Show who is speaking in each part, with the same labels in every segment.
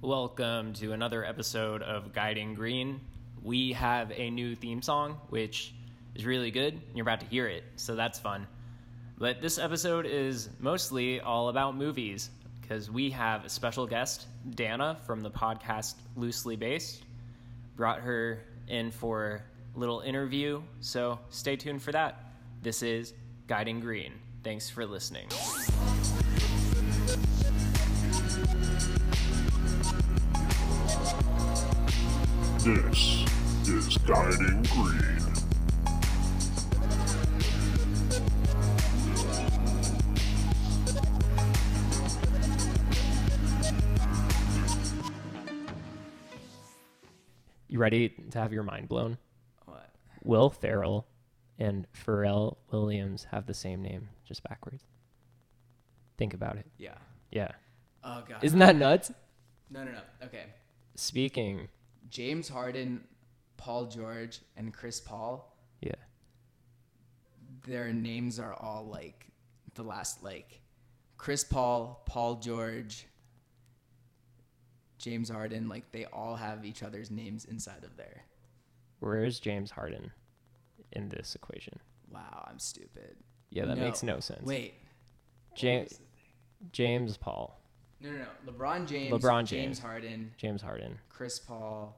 Speaker 1: Welcome to another episode of Guiding Green. We have a new theme song, which is really good. and You're about to hear it, so that's fun. But this episode is mostly all about movies because we have a special guest, Dana, from the podcast Loosely Based. Brought her in for a little interview, so stay tuned for that. This is Guiding Green. Thanks for listening.
Speaker 2: This is Guiding Green.
Speaker 1: You ready to have your mind blown?
Speaker 3: What?
Speaker 1: Will Farrell and Pharrell Williams have the same name, just backwards. Think about it.
Speaker 3: Yeah.
Speaker 1: Yeah.
Speaker 3: Oh god.
Speaker 1: Isn't that nuts?
Speaker 3: no, no, no. Okay.
Speaker 1: Speaking.
Speaker 3: James Harden, Paul George, and Chris Paul.
Speaker 1: Yeah.
Speaker 3: Their names are all like the last like Chris Paul, Paul George, James Harden. Like they all have each other's names inside of there.
Speaker 1: Where is James Harden in this equation?
Speaker 3: Wow, I'm stupid.
Speaker 1: Yeah, that makes no sense.
Speaker 3: Wait.
Speaker 1: James James Paul.
Speaker 3: No, no, no. LeBron James.
Speaker 1: LeBron James.
Speaker 3: James Harden,
Speaker 1: James Harden.
Speaker 3: Chris Paul.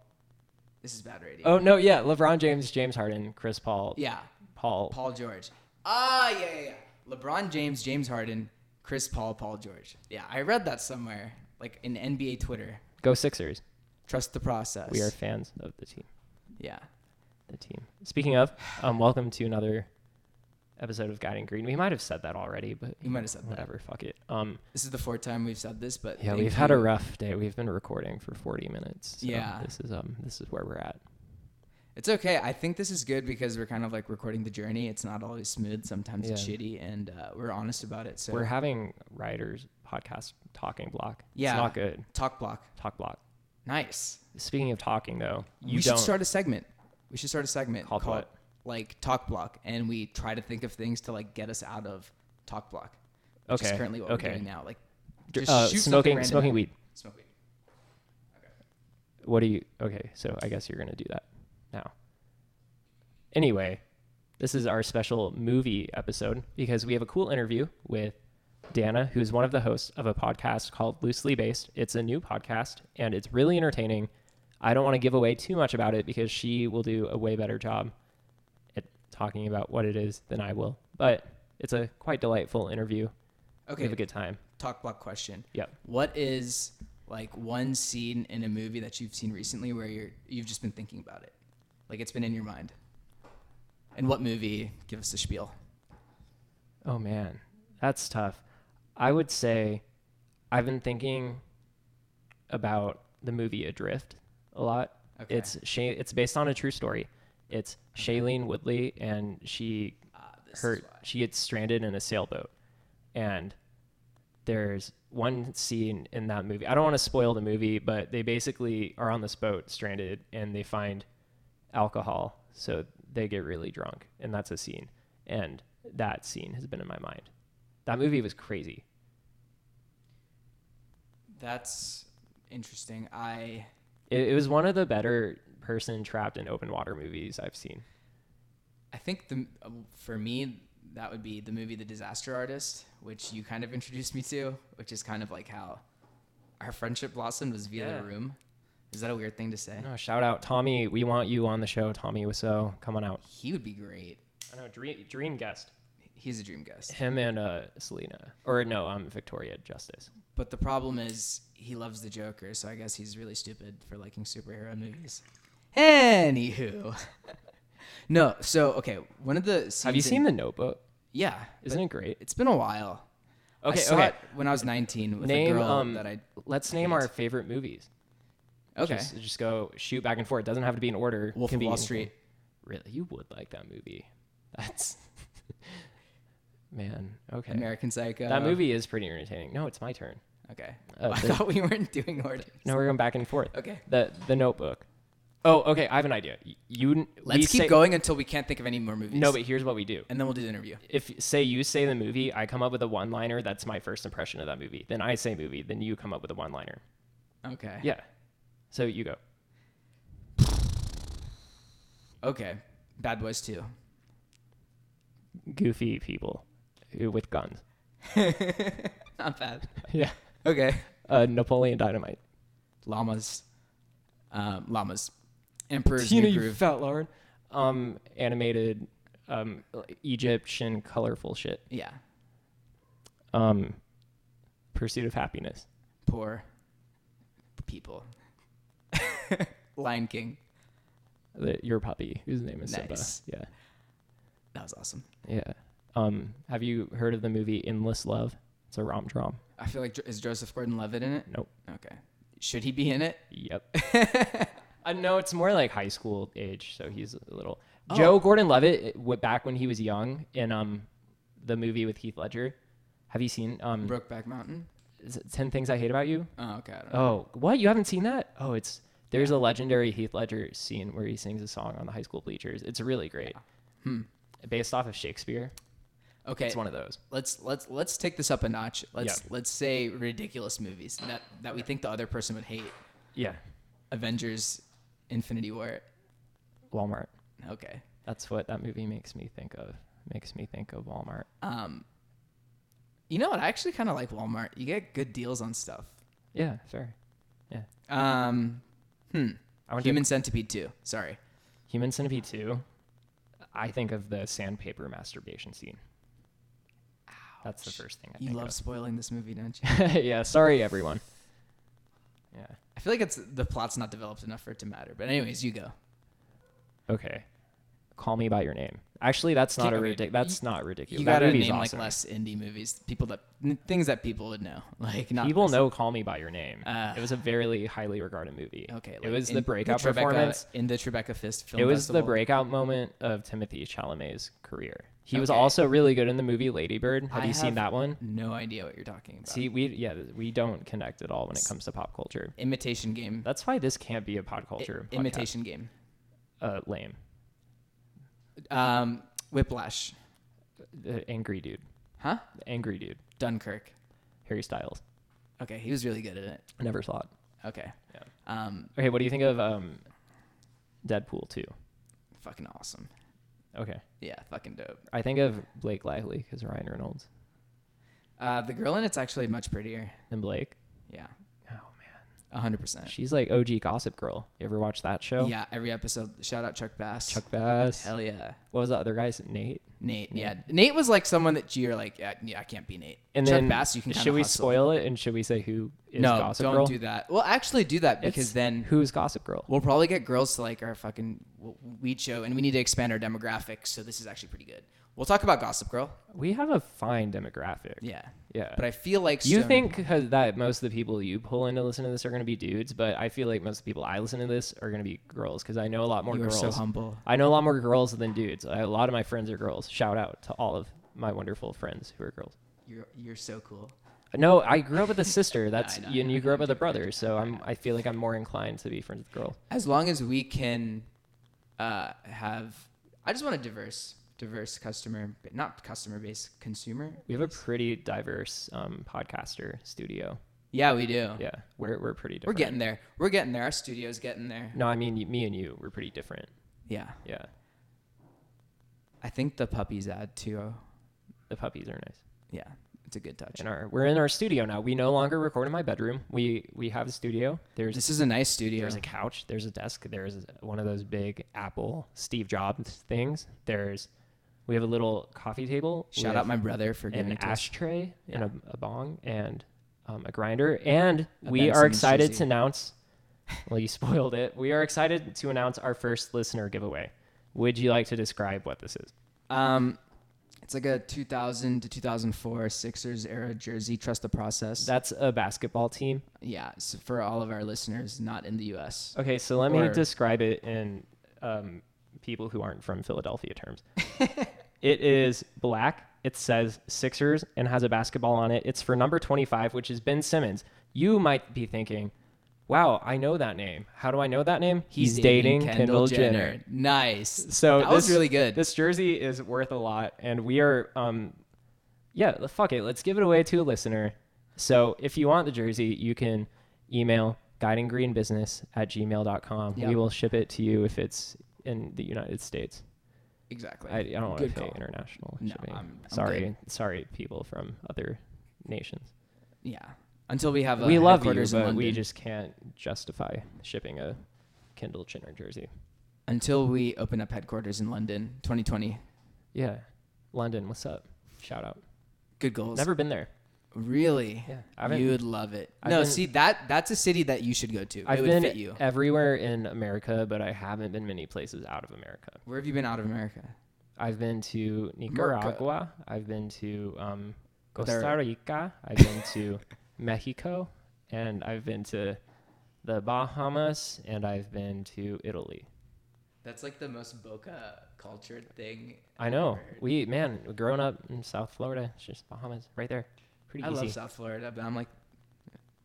Speaker 3: This is bad radio.
Speaker 1: Oh no, yeah, LeBron James, James Harden, Chris Paul.
Speaker 3: Yeah.
Speaker 1: Paul.
Speaker 3: Paul George. Ah, yeah, yeah, yeah. LeBron James, James Harden, Chris Paul, Paul George. Yeah, I read that somewhere, like in NBA Twitter.
Speaker 1: Go Sixers.
Speaker 3: Trust the process.
Speaker 1: We are fans of the team.
Speaker 3: Yeah.
Speaker 1: the team. Speaking of, um, welcome to another episode of Guiding Green. We might have said that already, but
Speaker 3: You might have said that.
Speaker 1: whatever. Fuck it. Um,
Speaker 3: This is the fourth time we've said this, but
Speaker 1: yeah,
Speaker 3: thank
Speaker 1: we've had a
Speaker 3: you.
Speaker 1: rough day. We've been recording for 40 minutes. so
Speaker 3: Yeah.
Speaker 1: this is um, this is where we're at.
Speaker 3: It's okay. I think this is good because we're kind of like recording the journey. It's not always smooth. Sometimes it's
Speaker 1: Yeah.
Speaker 3: shitty, and uh, we're honest about it. So
Speaker 1: We're having writers podcast talking block.
Speaker 3: Yeah.
Speaker 1: it's not good.
Speaker 3: talk block.
Speaker 1: Talk block.
Speaker 3: Nice.
Speaker 1: Speaking of talking though, you
Speaker 3: we
Speaker 1: don't.
Speaker 3: should start a segment. We should start a segment
Speaker 1: Called
Speaker 3: called
Speaker 1: what?
Speaker 3: like talk block, and we try to think of things to like get us out of talk block. Which
Speaker 1: okay.
Speaker 3: is currently what
Speaker 1: okay.
Speaker 3: we're doing now. Like
Speaker 1: Dr-
Speaker 3: just
Speaker 1: uh,
Speaker 3: shoot something
Speaker 1: smoking
Speaker 3: random
Speaker 1: smoking
Speaker 3: at-
Speaker 1: weed.
Speaker 3: Smoke weed.
Speaker 1: What do you? Okay, so I guess you're gonna do that now. Anyway, this is our special movie episode because we have a cool interview with Dana, who's one of the hosts of a podcast called Loosely Based. It's a new podcast and it's really entertaining. I don't want to give away too much about it because she will do a way better job at talking about what it is than I will. But it's a quite delightful interview. We
Speaker 3: Okay.
Speaker 1: have a good time.
Speaker 3: talk block question.
Speaker 1: Yep.
Speaker 3: What is like one scene in a movie that you've seen recently where you're you've just been thinking about it, like it's been in your mind. And what movie? Give us the spiel.
Speaker 1: Oh man, that's tough. I would say I've been thinking about the movie Adrift a lot.
Speaker 3: Okay.
Speaker 1: It's Shay, it's based on a true story. It's Shailene Woodley and she
Speaker 3: Uh, this
Speaker 1: her
Speaker 3: is why.
Speaker 1: she gets stranded in a sailboat and there's one scene in that movie. I don't want to spoil the movie, but they basically are on this boat stranded and they find alcohol. So they get really drunk. And that's a scene. And that scene has been in my mind. That movie was crazy.
Speaker 3: That's interesting. I
Speaker 1: It, it was one of the better person trapped in open water movies I've seen.
Speaker 3: I think the for me that would be the movie The Disaster Artist, which you kind of introduced me to, which is kind of like how our friendship blossomed was via
Speaker 1: Yeah.
Speaker 3: the room. Is that a weird thing to say?
Speaker 1: No, shout out Tommy. We want you on the show, Tommy Wiseau. Come on out.
Speaker 3: He would be great.
Speaker 1: I know, dream, dream guest.
Speaker 3: He's a dream guest.
Speaker 1: Him and uh, Selena. Or no, um, Victoria Justice.
Speaker 3: But the problem is he loves the Joker, so I guess he's really stupid for liking superhero movies. Anywho. no, so okay, one of the
Speaker 1: Have you
Speaker 3: scenes in-
Speaker 1: seen The Notebook?
Speaker 3: Yeah.
Speaker 1: Isn't it great?
Speaker 3: It's been a while.
Speaker 1: Okay,
Speaker 3: I saw
Speaker 1: okay.
Speaker 3: it when I was 19 with
Speaker 1: Name
Speaker 3: a girl
Speaker 1: um.
Speaker 3: that I
Speaker 1: let's name our favorite movies.
Speaker 3: Okay.
Speaker 1: Just, just go shoot back and forth. It doesn't have to be in order.
Speaker 3: Wolf
Speaker 1: Can
Speaker 3: of
Speaker 1: be
Speaker 3: Wall
Speaker 1: anything.
Speaker 3: Street.
Speaker 1: Really, you would like that movie. That's man. Okay.
Speaker 3: American Psycho.
Speaker 1: That movie is pretty entertaining. No, it's my turn.
Speaker 3: Okay.
Speaker 1: Uh,
Speaker 3: I
Speaker 1: the-
Speaker 3: thought we weren't doing order.
Speaker 1: No, we're going back and forth.
Speaker 3: Okay.
Speaker 1: The The Notebook. Oh, okay. I have an idea. Y- You we
Speaker 3: Let's keep
Speaker 1: say-
Speaker 3: going until we can't think of any more movies.
Speaker 1: No, but here's what we do.
Speaker 3: and then we'll do the interview.
Speaker 1: If say you say the movie, I come up with a one-liner. That's my first impression of that movie. Then I say movie. Then you come up with a one-liner.
Speaker 3: Okay.
Speaker 1: Yeah. So you go.
Speaker 3: Okay. Bad Boys 2.
Speaker 1: Goofy people who- with guns.
Speaker 3: Not bad.
Speaker 1: Yeah.
Speaker 3: Okay.
Speaker 1: Uh, Napoleon Dynamite.
Speaker 3: Llamas. Um, llamas. Emperor's
Speaker 1: Tina,
Speaker 3: New
Speaker 1: you
Speaker 3: Groove.
Speaker 1: fat lard. Um, animated, um, Egyptian colorful shit.
Speaker 3: yeah.
Speaker 1: Um, Pursuit of Happiness.
Speaker 3: Poor people. Lion King.
Speaker 1: The, your puppy, whose name is
Speaker 3: Nice.
Speaker 1: Simba.
Speaker 3: That was awesome.
Speaker 1: Yeah. Yeah. Um, have you heard of the movie Endless Love? It's a rom drom.
Speaker 3: I feel like is Joseph Gordon-Levitt in it?
Speaker 1: Nope.
Speaker 3: Okay. Should he be in it?
Speaker 1: Yep. I know it's more like high school age, so he's a little.
Speaker 3: Oh.
Speaker 1: Joe Gordon-Levitt went back when he was young in um the movie with Heath Ledger. Have you seen um
Speaker 3: Brokeback Mountain.
Speaker 1: is it Ten Things I Hate About You?
Speaker 3: Oh, okay. I don't know.
Speaker 1: Oh, what you haven't seen that? Oh, it's there's a legendary Heath Ledger scene where he sings a song on the high school bleachers. It's really great. Based off of Shakespeare,
Speaker 3: Hmm. Okay.
Speaker 1: Oh, it's one of those.
Speaker 3: let's let's let's take this up a notch. Let's
Speaker 1: Yeah.
Speaker 3: let's say ridiculous movies that that we think the other person would hate.
Speaker 1: Yeah,
Speaker 3: Avengers, Infinity War.
Speaker 1: Walmart.
Speaker 3: Okay.
Speaker 1: That's what that movie makes me think of. Makes me think of Walmart.
Speaker 3: Um, you know what? I actually kind of like Walmart. You get good deals on stuff.
Speaker 1: Yeah, fair. Yeah,
Speaker 3: Um, hmm.
Speaker 1: I want to
Speaker 3: Human Centipede 2. Sorry.
Speaker 1: Human Centipede 2, I think of the sandpaper masturbation scene. That's the first thing I
Speaker 3: You
Speaker 1: think
Speaker 3: love spoiling this movie, don't you?
Speaker 1: of. yeah, sorry everyone. Yeah.
Speaker 3: I feel like it's the plot's not developed enough for it to matter. But anyways, you go.
Speaker 1: Okay. Call me by your name. Actually, that's not
Speaker 3: Can't-
Speaker 1: a
Speaker 3: okay,
Speaker 1: ridic-
Speaker 3: you-
Speaker 1: that's not ridiculous.
Speaker 3: You
Speaker 1: that
Speaker 3: gotta
Speaker 1: movie's
Speaker 3: name
Speaker 1: awesome.
Speaker 3: like less indie movies, people that n- things that people would know, like not
Speaker 1: People
Speaker 3: this-
Speaker 1: know Call Me by Your Name.
Speaker 3: Uh,
Speaker 1: it was a very highly regarded movie.
Speaker 3: Okay,
Speaker 1: it
Speaker 3: like
Speaker 1: was
Speaker 3: in
Speaker 1: the breakout
Speaker 3: Tribeca-
Speaker 1: performance.
Speaker 3: in the Tribeca Fist film.
Speaker 1: It was
Speaker 3: Festival.
Speaker 1: the breakout moment of Timothy Chalamet's career. He was
Speaker 3: Okay.
Speaker 1: also really good in the movie Lady Bird. Have
Speaker 3: I
Speaker 1: you seen
Speaker 3: have
Speaker 1: that one?
Speaker 3: No idea what you're talking about.
Speaker 1: See, we yeah, we don't connect at all when it comes to pop culture.
Speaker 3: imitation game.
Speaker 1: That's why this can't be a pod culture.
Speaker 3: I-
Speaker 1: podcast.
Speaker 3: imitation game.
Speaker 1: Uh, lame.
Speaker 3: Um, Whiplash.
Speaker 1: The angry dude.
Speaker 3: Huh?
Speaker 1: The angry dude.
Speaker 3: Dunkirk.
Speaker 1: Harry Styles.
Speaker 3: Okay, he was really good at it.
Speaker 1: I never saw it.
Speaker 3: Okay.
Speaker 1: Yeah.
Speaker 3: Um,
Speaker 1: Okay, what do you think of um, Deadpool 2?
Speaker 3: fucking awesome.
Speaker 1: Okay.
Speaker 3: Yeah, fucking dope.
Speaker 1: I think of Blake Lively because Ryan Reynolds
Speaker 3: Uh, the girl in it's actually much prettier.
Speaker 1: and Blake.
Speaker 3: Yeah,
Speaker 1: Oh, man.
Speaker 3: a hundred percent.
Speaker 1: She's like OG Gossip Girl. You ever watch that show?
Speaker 3: Yeah, every episode. Shout out Chuck Bass.
Speaker 1: Chuck Bass.
Speaker 3: Hell yeah.
Speaker 1: What was the other guy's? Nate?
Speaker 3: Nate. Yeah. Nate was like someone that you're like, yeah, yeah, I can't be Nate.
Speaker 1: And
Speaker 3: Chuck
Speaker 1: then
Speaker 3: Bass, you can. kinda
Speaker 1: should we
Speaker 3: hustle.
Speaker 1: spoil it and should we say who is
Speaker 3: No,
Speaker 1: Gossip
Speaker 3: don't
Speaker 1: Girl?
Speaker 3: do that. Well, actually, do that because
Speaker 1: It's
Speaker 3: then
Speaker 1: who's Gossip Girl?
Speaker 3: We'll probably get girls to like our fucking w- weed show, and we need to expand our demographics. So this is actually pretty good. We'll talk about Gossip Girl.
Speaker 1: We have a fine demographic.
Speaker 3: Yeah,
Speaker 1: Yeah.
Speaker 3: but I feel like
Speaker 1: You
Speaker 3: Stone-
Speaker 1: think 'cause that most of the people you pull in to listen to this are going to be dudes, but I feel like most of the people I listen to this are going to be girls because I know a lot more
Speaker 3: you are
Speaker 1: girls.
Speaker 3: so humble.
Speaker 1: I know a lot more girls than dudes. I, a lot of my friends are girls. Shout out to all of my wonderful friends who are girls.
Speaker 3: You're you're so cool.
Speaker 1: No, I grew up with a sister. That's
Speaker 3: know,
Speaker 1: and you grew up with a brother, so I'm. I feel like I'm more inclined to be friends with girls.
Speaker 3: As long as we can uh, have, I just want a diverse, diverse customer, but not customer base, consumer.
Speaker 1: We have a pretty diverse um, podcaster studio.
Speaker 3: Yeah, we do.
Speaker 1: Yeah, we're we're pretty
Speaker 3: Oh. We're
Speaker 1: different.
Speaker 3: getting there. We're getting there. Our studio's getting there.
Speaker 1: No, I mean y- me and you. We're pretty different.
Speaker 3: Yeah.
Speaker 1: Yeah,
Speaker 3: I think the puppies ad too.
Speaker 1: the puppies are nice.
Speaker 3: Yeah, it's a good touch.
Speaker 1: in our we're in our studio now. We no longer record in my bedroom. We we have a studio. There's
Speaker 3: This is a nice studio.
Speaker 1: there's a couch. There's a desk. There's one of those big Apple Steve Jobs things. There's we have a little coffee table.
Speaker 3: Shout
Speaker 1: with
Speaker 3: out my brother for giving
Speaker 1: an
Speaker 3: it to us.
Speaker 1: ashtray and a, a bong and um, a grinder. And
Speaker 3: A
Speaker 1: we
Speaker 3: Ben
Speaker 1: are
Speaker 3: Simmons
Speaker 1: excited
Speaker 3: jersey.
Speaker 1: to announce. Well, you spoiled it. We are excited to announce our first listener giveaway. Would you like to describe what this is?
Speaker 3: Um, it's like a 2000 to 2004 Sixers era jersey. Trust the process.
Speaker 1: That's a basketball team.
Speaker 3: yeah, so for all of our listeners not in the U.S.
Speaker 1: Okay, so let me
Speaker 3: Or-
Speaker 1: describe it in um, people who aren't from Philadelphia terms. it is black. It says Sixers and has a basketball on it. It's for number 25, which is Ben Simmons. You might be thinking, wow, I know that name. How do I know that name? He's, dating, Kendall, Jenner.
Speaker 3: Nice.
Speaker 1: So
Speaker 3: that
Speaker 1: this,
Speaker 3: was really good.
Speaker 1: This jersey is worth a lot, and we are, um, yeah, l- fuck it, let's give it away to a listener. So if you want the jersey, you can email guiding green business at gmail.com.
Speaker 3: Yep.
Speaker 1: We will ship it to you if it's in the United States.
Speaker 3: Exactly.
Speaker 1: I, I don't want to
Speaker 3: Good
Speaker 1: pay
Speaker 3: call.
Speaker 1: international
Speaker 3: No,
Speaker 1: shipping.
Speaker 3: I'm- I'm
Speaker 1: sorry,
Speaker 3: good.
Speaker 1: sorry, people from other nations.
Speaker 3: Yeah. Until we have a
Speaker 1: we love you,
Speaker 3: headquarters in
Speaker 1: but we
Speaker 3: London.
Speaker 1: just can't justify shipping a Kindle Chinner jersey.
Speaker 3: until we open up headquarters in London, 2020.
Speaker 1: Yeah, London, what's up? Shout out.
Speaker 3: Good goals.
Speaker 1: Never been there.
Speaker 3: really.
Speaker 1: Yeah, I haven't-
Speaker 3: you would love it.
Speaker 1: I've
Speaker 3: no,
Speaker 1: been-
Speaker 3: see that that's a city that you should go to. it
Speaker 1: I've
Speaker 3: would
Speaker 1: been
Speaker 3: fit you.
Speaker 1: everywhere in America, but I haven't been many places out of America.
Speaker 3: Where have you been out of America?
Speaker 1: I've been to Nicaragua. I've been to um,
Speaker 3: There-
Speaker 1: Costa Rica. I've been to Mexico, and I've been to the Bahamas, and I've been to Italy.
Speaker 3: That's like the most Boca cultured thing.
Speaker 1: I know. We man, growing up in South Florida, it's just Bahamas right there. Pretty
Speaker 3: I
Speaker 1: easy.
Speaker 3: love South Florida, but I'm like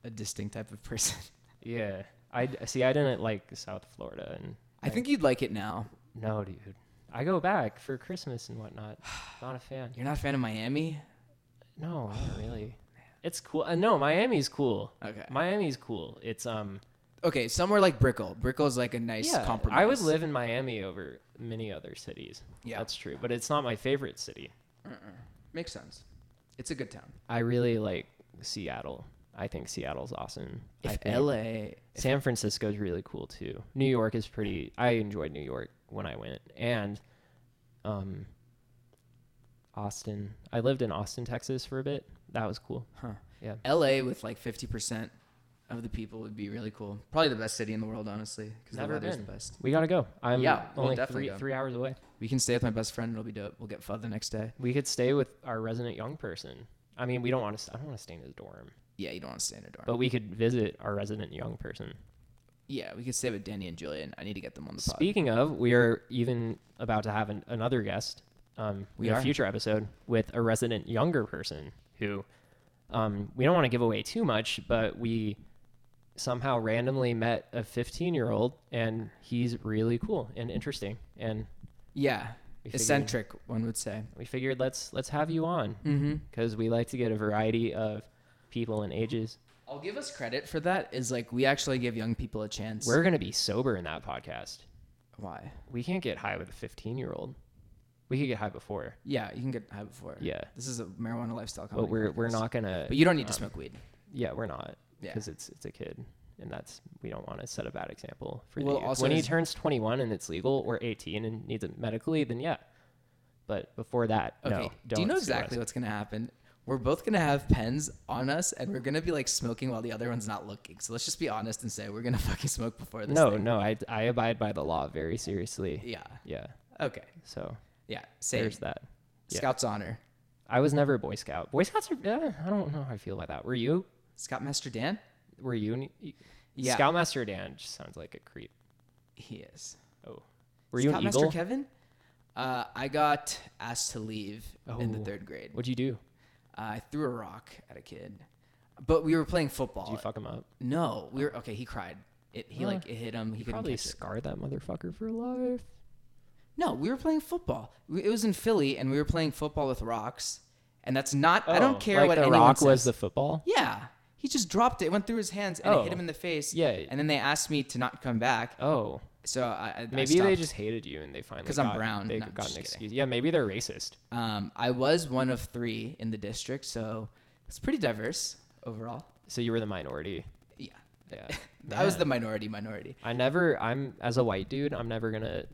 Speaker 3: a distinct type of person.
Speaker 1: Yeah. I d- see. I didn't like South Florida, and
Speaker 3: I think you'd like it now.
Speaker 1: no, dude. I go back for Christmas and whatnot. Not a fan.
Speaker 3: You're not a fan of Miami?
Speaker 1: No, not really. It's cool. Uh, no, Miami's cool.
Speaker 3: Okay.
Speaker 1: Miami's cool. It's um.
Speaker 3: Okay, somewhere like Brickell. Brickell's like a nice
Speaker 1: yeah,
Speaker 3: compromise.
Speaker 1: I would live in Miami over many other cities.
Speaker 3: Yeah.
Speaker 1: that's true. But it's not my favorite city.
Speaker 3: Makes sense. It's a good town.
Speaker 1: I really like Seattle. I think Seattle's awesome. I
Speaker 3: If
Speaker 1: think
Speaker 3: LA
Speaker 1: San Francisco's really cool too. New York is pretty. I enjoyed New York when I went, and um, Austin. I lived in Austin, Texas, for a bit. That was cool.
Speaker 3: Huh.
Speaker 1: Yeah.
Speaker 3: LA with like 50% of the people would be really cool. Probably the best city in the world, honestly, because the
Speaker 1: Never
Speaker 3: weather's
Speaker 1: been.
Speaker 3: the best.
Speaker 1: We gotta go. I'm
Speaker 3: Yeah, we'll
Speaker 1: only
Speaker 3: definitely
Speaker 1: three
Speaker 3: go.
Speaker 1: three hours away.
Speaker 3: We can stay with my best friend. It'll be dope. We'll get pho the next day.
Speaker 1: We could stay with our resident young person. I mean, we don't want to. I don't want to stay in his dorm,
Speaker 3: Yeah, you don't want to stay in a dorm.
Speaker 1: but we could visit our resident young person.
Speaker 3: yeah, we could stay with Danny and Julian. I need to get them on the pod.
Speaker 1: Speaking of, we are even about to have an, another guest um,
Speaker 3: We
Speaker 1: in
Speaker 3: are.
Speaker 1: a future episode with a resident younger person who um, we don't want to give away too much, but we somehow randomly met a 15 year old and he's really cool and interesting. And
Speaker 3: yeah,
Speaker 1: We figured-
Speaker 3: eccentric, one would say.
Speaker 1: we figured let's let's have you on
Speaker 3: Hmm.
Speaker 1: because we like to get a variety of people and ages.
Speaker 3: I'll give us credit for that. Is like we actually give young people a chance.
Speaker 1: We're gonna be sober in that podcast.
Speaker 3: Why?
Speaker 1: We can't get high with a 15 year old. We could get high before,
Speaker 3: Yeah, you can get high before.
Speaker 1: Yeah.
Speaker 3: this is a marijuana lifestyle.
Speaker 1: but
Speaker 3: comedy
Speaker 1: we're
Speaker 3: podcast.
Speaker 1: we're not gonna.
Speaker 3: But you don't need to
Speaker 1: um,
Speaker 3: smoke weed.
Speaker 1: Yeah, we're not.
Speaker 3: Yeah.
Speaker 1: Because it's it's a kid, and that's we don't want to set a bad example for the
Speaker 3: Well,
Speaker 1: youth.
Speaker 3: also
Speaker 1: when he
Speaker 3: is-
Speaker 1: turns 21 and it's legal, or 18 and needs it medically, then yeah. But before that,
Speaker 3: Okay.
Speaker 1: no. Don't
Speaker 3: Do you know
Speaker 1: sue
Speaker 3: exactly
Speaker 1: us.
Speaker 3: what's gonna happen? We're both gonna have pens on us, and we're gonna be like smoking while the other one's not looking. So let's just be honest and say we're gonna fucking smoke before this.
Speaker 1: No,
Speaker 3: thing.
Speaker 1: no, I I abide by the law very seriously.
Speaker 3: Yeah.
Speaker 1: Yeah.
Speaker 3: Okay.
Speaker 1: So
Speaker 3: Yeah. Same.
Speaker 1: there's that. yeah.
Speaker 3: Scout's honor.
Speaker 1: I was never a Boy Scout. Boy Scouts are. eh, I don't know how I feel about that. Were you?
Speaker 3: Scout Master Dan.
Speaker 1: Were you?
Speaker 3: Yeah.
Speaker 1: Scoutmaster Dan just sounds like a creep.
Speaker 3: He is.
Speaker 1: Oh. Were you an
Speaker 3: Scoutmaster
Speaker 1: eagle?
Speaker 3: Kevin? Uh, I got asked to leave in the
Speaker 1: Oh.
Speaker 3: third grade.
Speaker 1: What'd you do?
Speaker 3: I threw a rock at a kid, but we were playing football.
Speaker 1: Did you fuck him up?
Speaker 3: no, we were okay. He cried. It he
Speaker 1: Huh.
Speaker 3: like it hit him. He
Speaker 1: You
Speaker 3: couldn't
Speaker 1: probably
Speaker 3: catch it.
Speaker 1: scarred that motherfucker for life.
Speaker 3: No, we were playing football. We, it was in Philly, and we were playing football with rocks. And that's not. I don't care
Speaker 1: Oh, like
Speaker 3: what
Speaker 1: the
Speaker 3: anyone
Speaker 1: rock
Speaker 3: says.
Speaker 1: was the football.
Speaker 3: yeah, he just dropped it. It went through his hands and it hit
Speaker 1: Oh.
Speaker 3: him in the face.
Speaker 1: Yeah.
Speaker 3: And then they asked me to not come back.
Speaker 1: Oh,
Speaker 3: So I, I I
Speaker 1: maybe they
Speaker 3: stopped.
Speaker 1: just hated you and they finally
Speaker 3: 'Cause I'm
Speaker 1: got-
Speaker 3: brown.
Speaker 1: They
Speaker 3: No, I'm
Speaker 1: got
Speaker 3: just
Speaker 1: an
Speaker 3: kidding.
Speaker 1: excuse. Yeah, maybe they're racist.
Speaker 3: Um, I was one of three in the district, so it's pretty diverse overall.
Speaker 1: So you were the minority.
Speaker 3: Yeah,
Speaker 1: Yeah,
Speaker 3: I was
Speaker 1: Man.
Speaker 3: the minority minority.
Speaker 1: I never. I'm as a white dude. I'm never gonna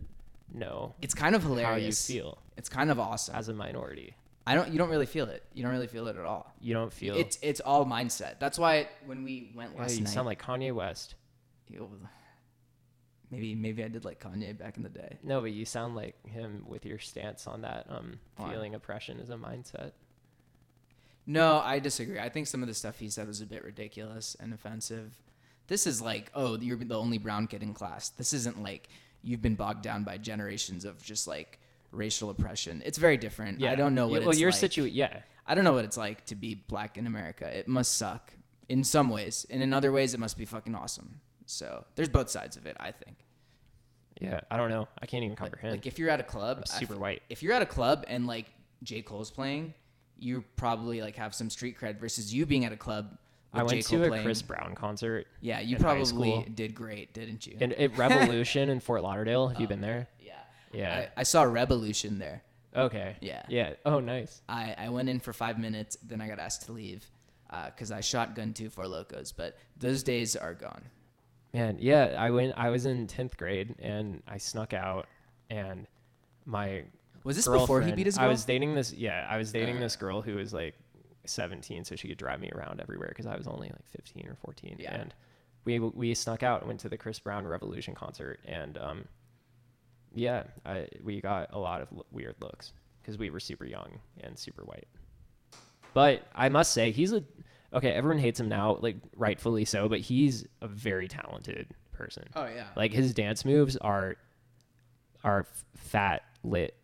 Speaker 1: know
Speaker 3: It's kind of
Speaker 1: how you
Speaker 3: hilarious.
Speaker 1: feel
Speaker 3: It's kind of awesome.
Speaker 1: as a minority.
Speaker 3: I don't. You don't really feel it. You don't really feel it at all.
Speaker 1: You don't feel.
Speaker 3: It's it's all mindset. That's why when we went
Speaker 1: Yeah,
Speaker 3: last
Speaker 1: you
Speaker 3: night,
Speaker 1: sound like Kanye West.
Speaker 3: it was- maybe maybe I did like Kanye back in the day.
Speaker 1: No, but you sound like him with your stance on that. Um,
Speaker 3: Why?
Speaker 1: feeling oppression is a mindset.
Speaker 3: No, I disagree. I think some of the stuff he said was a bit ridiculous and offensive. This is like, oh, you're the only brown kid in class. This isn't like you've been bogged down by generations of just like racial oppression. It's very different.
Speaker 1: Yeah,
Speaker 3: I don't know
Speaker 1: You-
Speaker 3: what
Speaker 1: well,
Speaker 3: it's
Speaker 1: your
Speaker 3: like.
Speaker 1: situa- Yeah,
Speaker 3: I don't know what it's like to be black in America. It must suck in some ways, and in other ways, it must be fucking awesome. So there's both sides of it. I think.
Speaker 1: yeah. I don't know. I can't even comprehend.
Speaker 3: Like if you're at a club, I
Speaker 1: super
Speaker 3: f-
Speaker 1: white.
Speaker 3: If you're at a club and like J Cole's playing, you probably like have some street cred versus you being at a club
Speaker 1: I went
Speaker 3: J. Cole
Speaker 1: to a
Speaker 3: playing.
Speaker 1: Chris Brown concert
Speaker 3: Yeah, you
Speaker 1: in high
Speaker 3: probably
Speaker 1: school.
Speaker 3: did great, didn't you?
Speaker 1: in at Revolution in Fort Lauderdale.
Speaker 3: Oh.
Speaker 1: Have you been there?
Speaker 3: yeah.
Speaker 1: Yeah.
Speaker 3: I, I saw Revolution there.
Speaker 1: okay.
Speaker 3: Yeah.
Speaker 1: Yeah. Oh, nice.
Speaker 3: I, I went in for five minutes, then I got asked to leave because I shotgun two Four Locos, but those days are gone.
Speaker 1: Man, yeah, I went. I was in tenth grade, and I snuck out, and my
Speaker 3: Was this before he
Speaker 1: girlfriend-
Speaker 3: beat his Uh.
Speaker 1: I
Speaker 3: girl?
Speaker 1: was dating this. Yeah, I was dating this girl who was like seventeen, so she could drive me around everywhere because I was only like fifteen or fourteen.
Speaker 3: Yeah.
Speaker 1: And we we snuck out and went to the Chris Brown Revolution concert, and um, yeah, I we got a lot of l- weird looks because we were super young and super white. But I must say, he's a okay. Everyone hates him now, like rightfully so. But he's a very talented person.
Speaker 3: oh yeah.
Speaker 1: Like his dance moves are are f- fat lit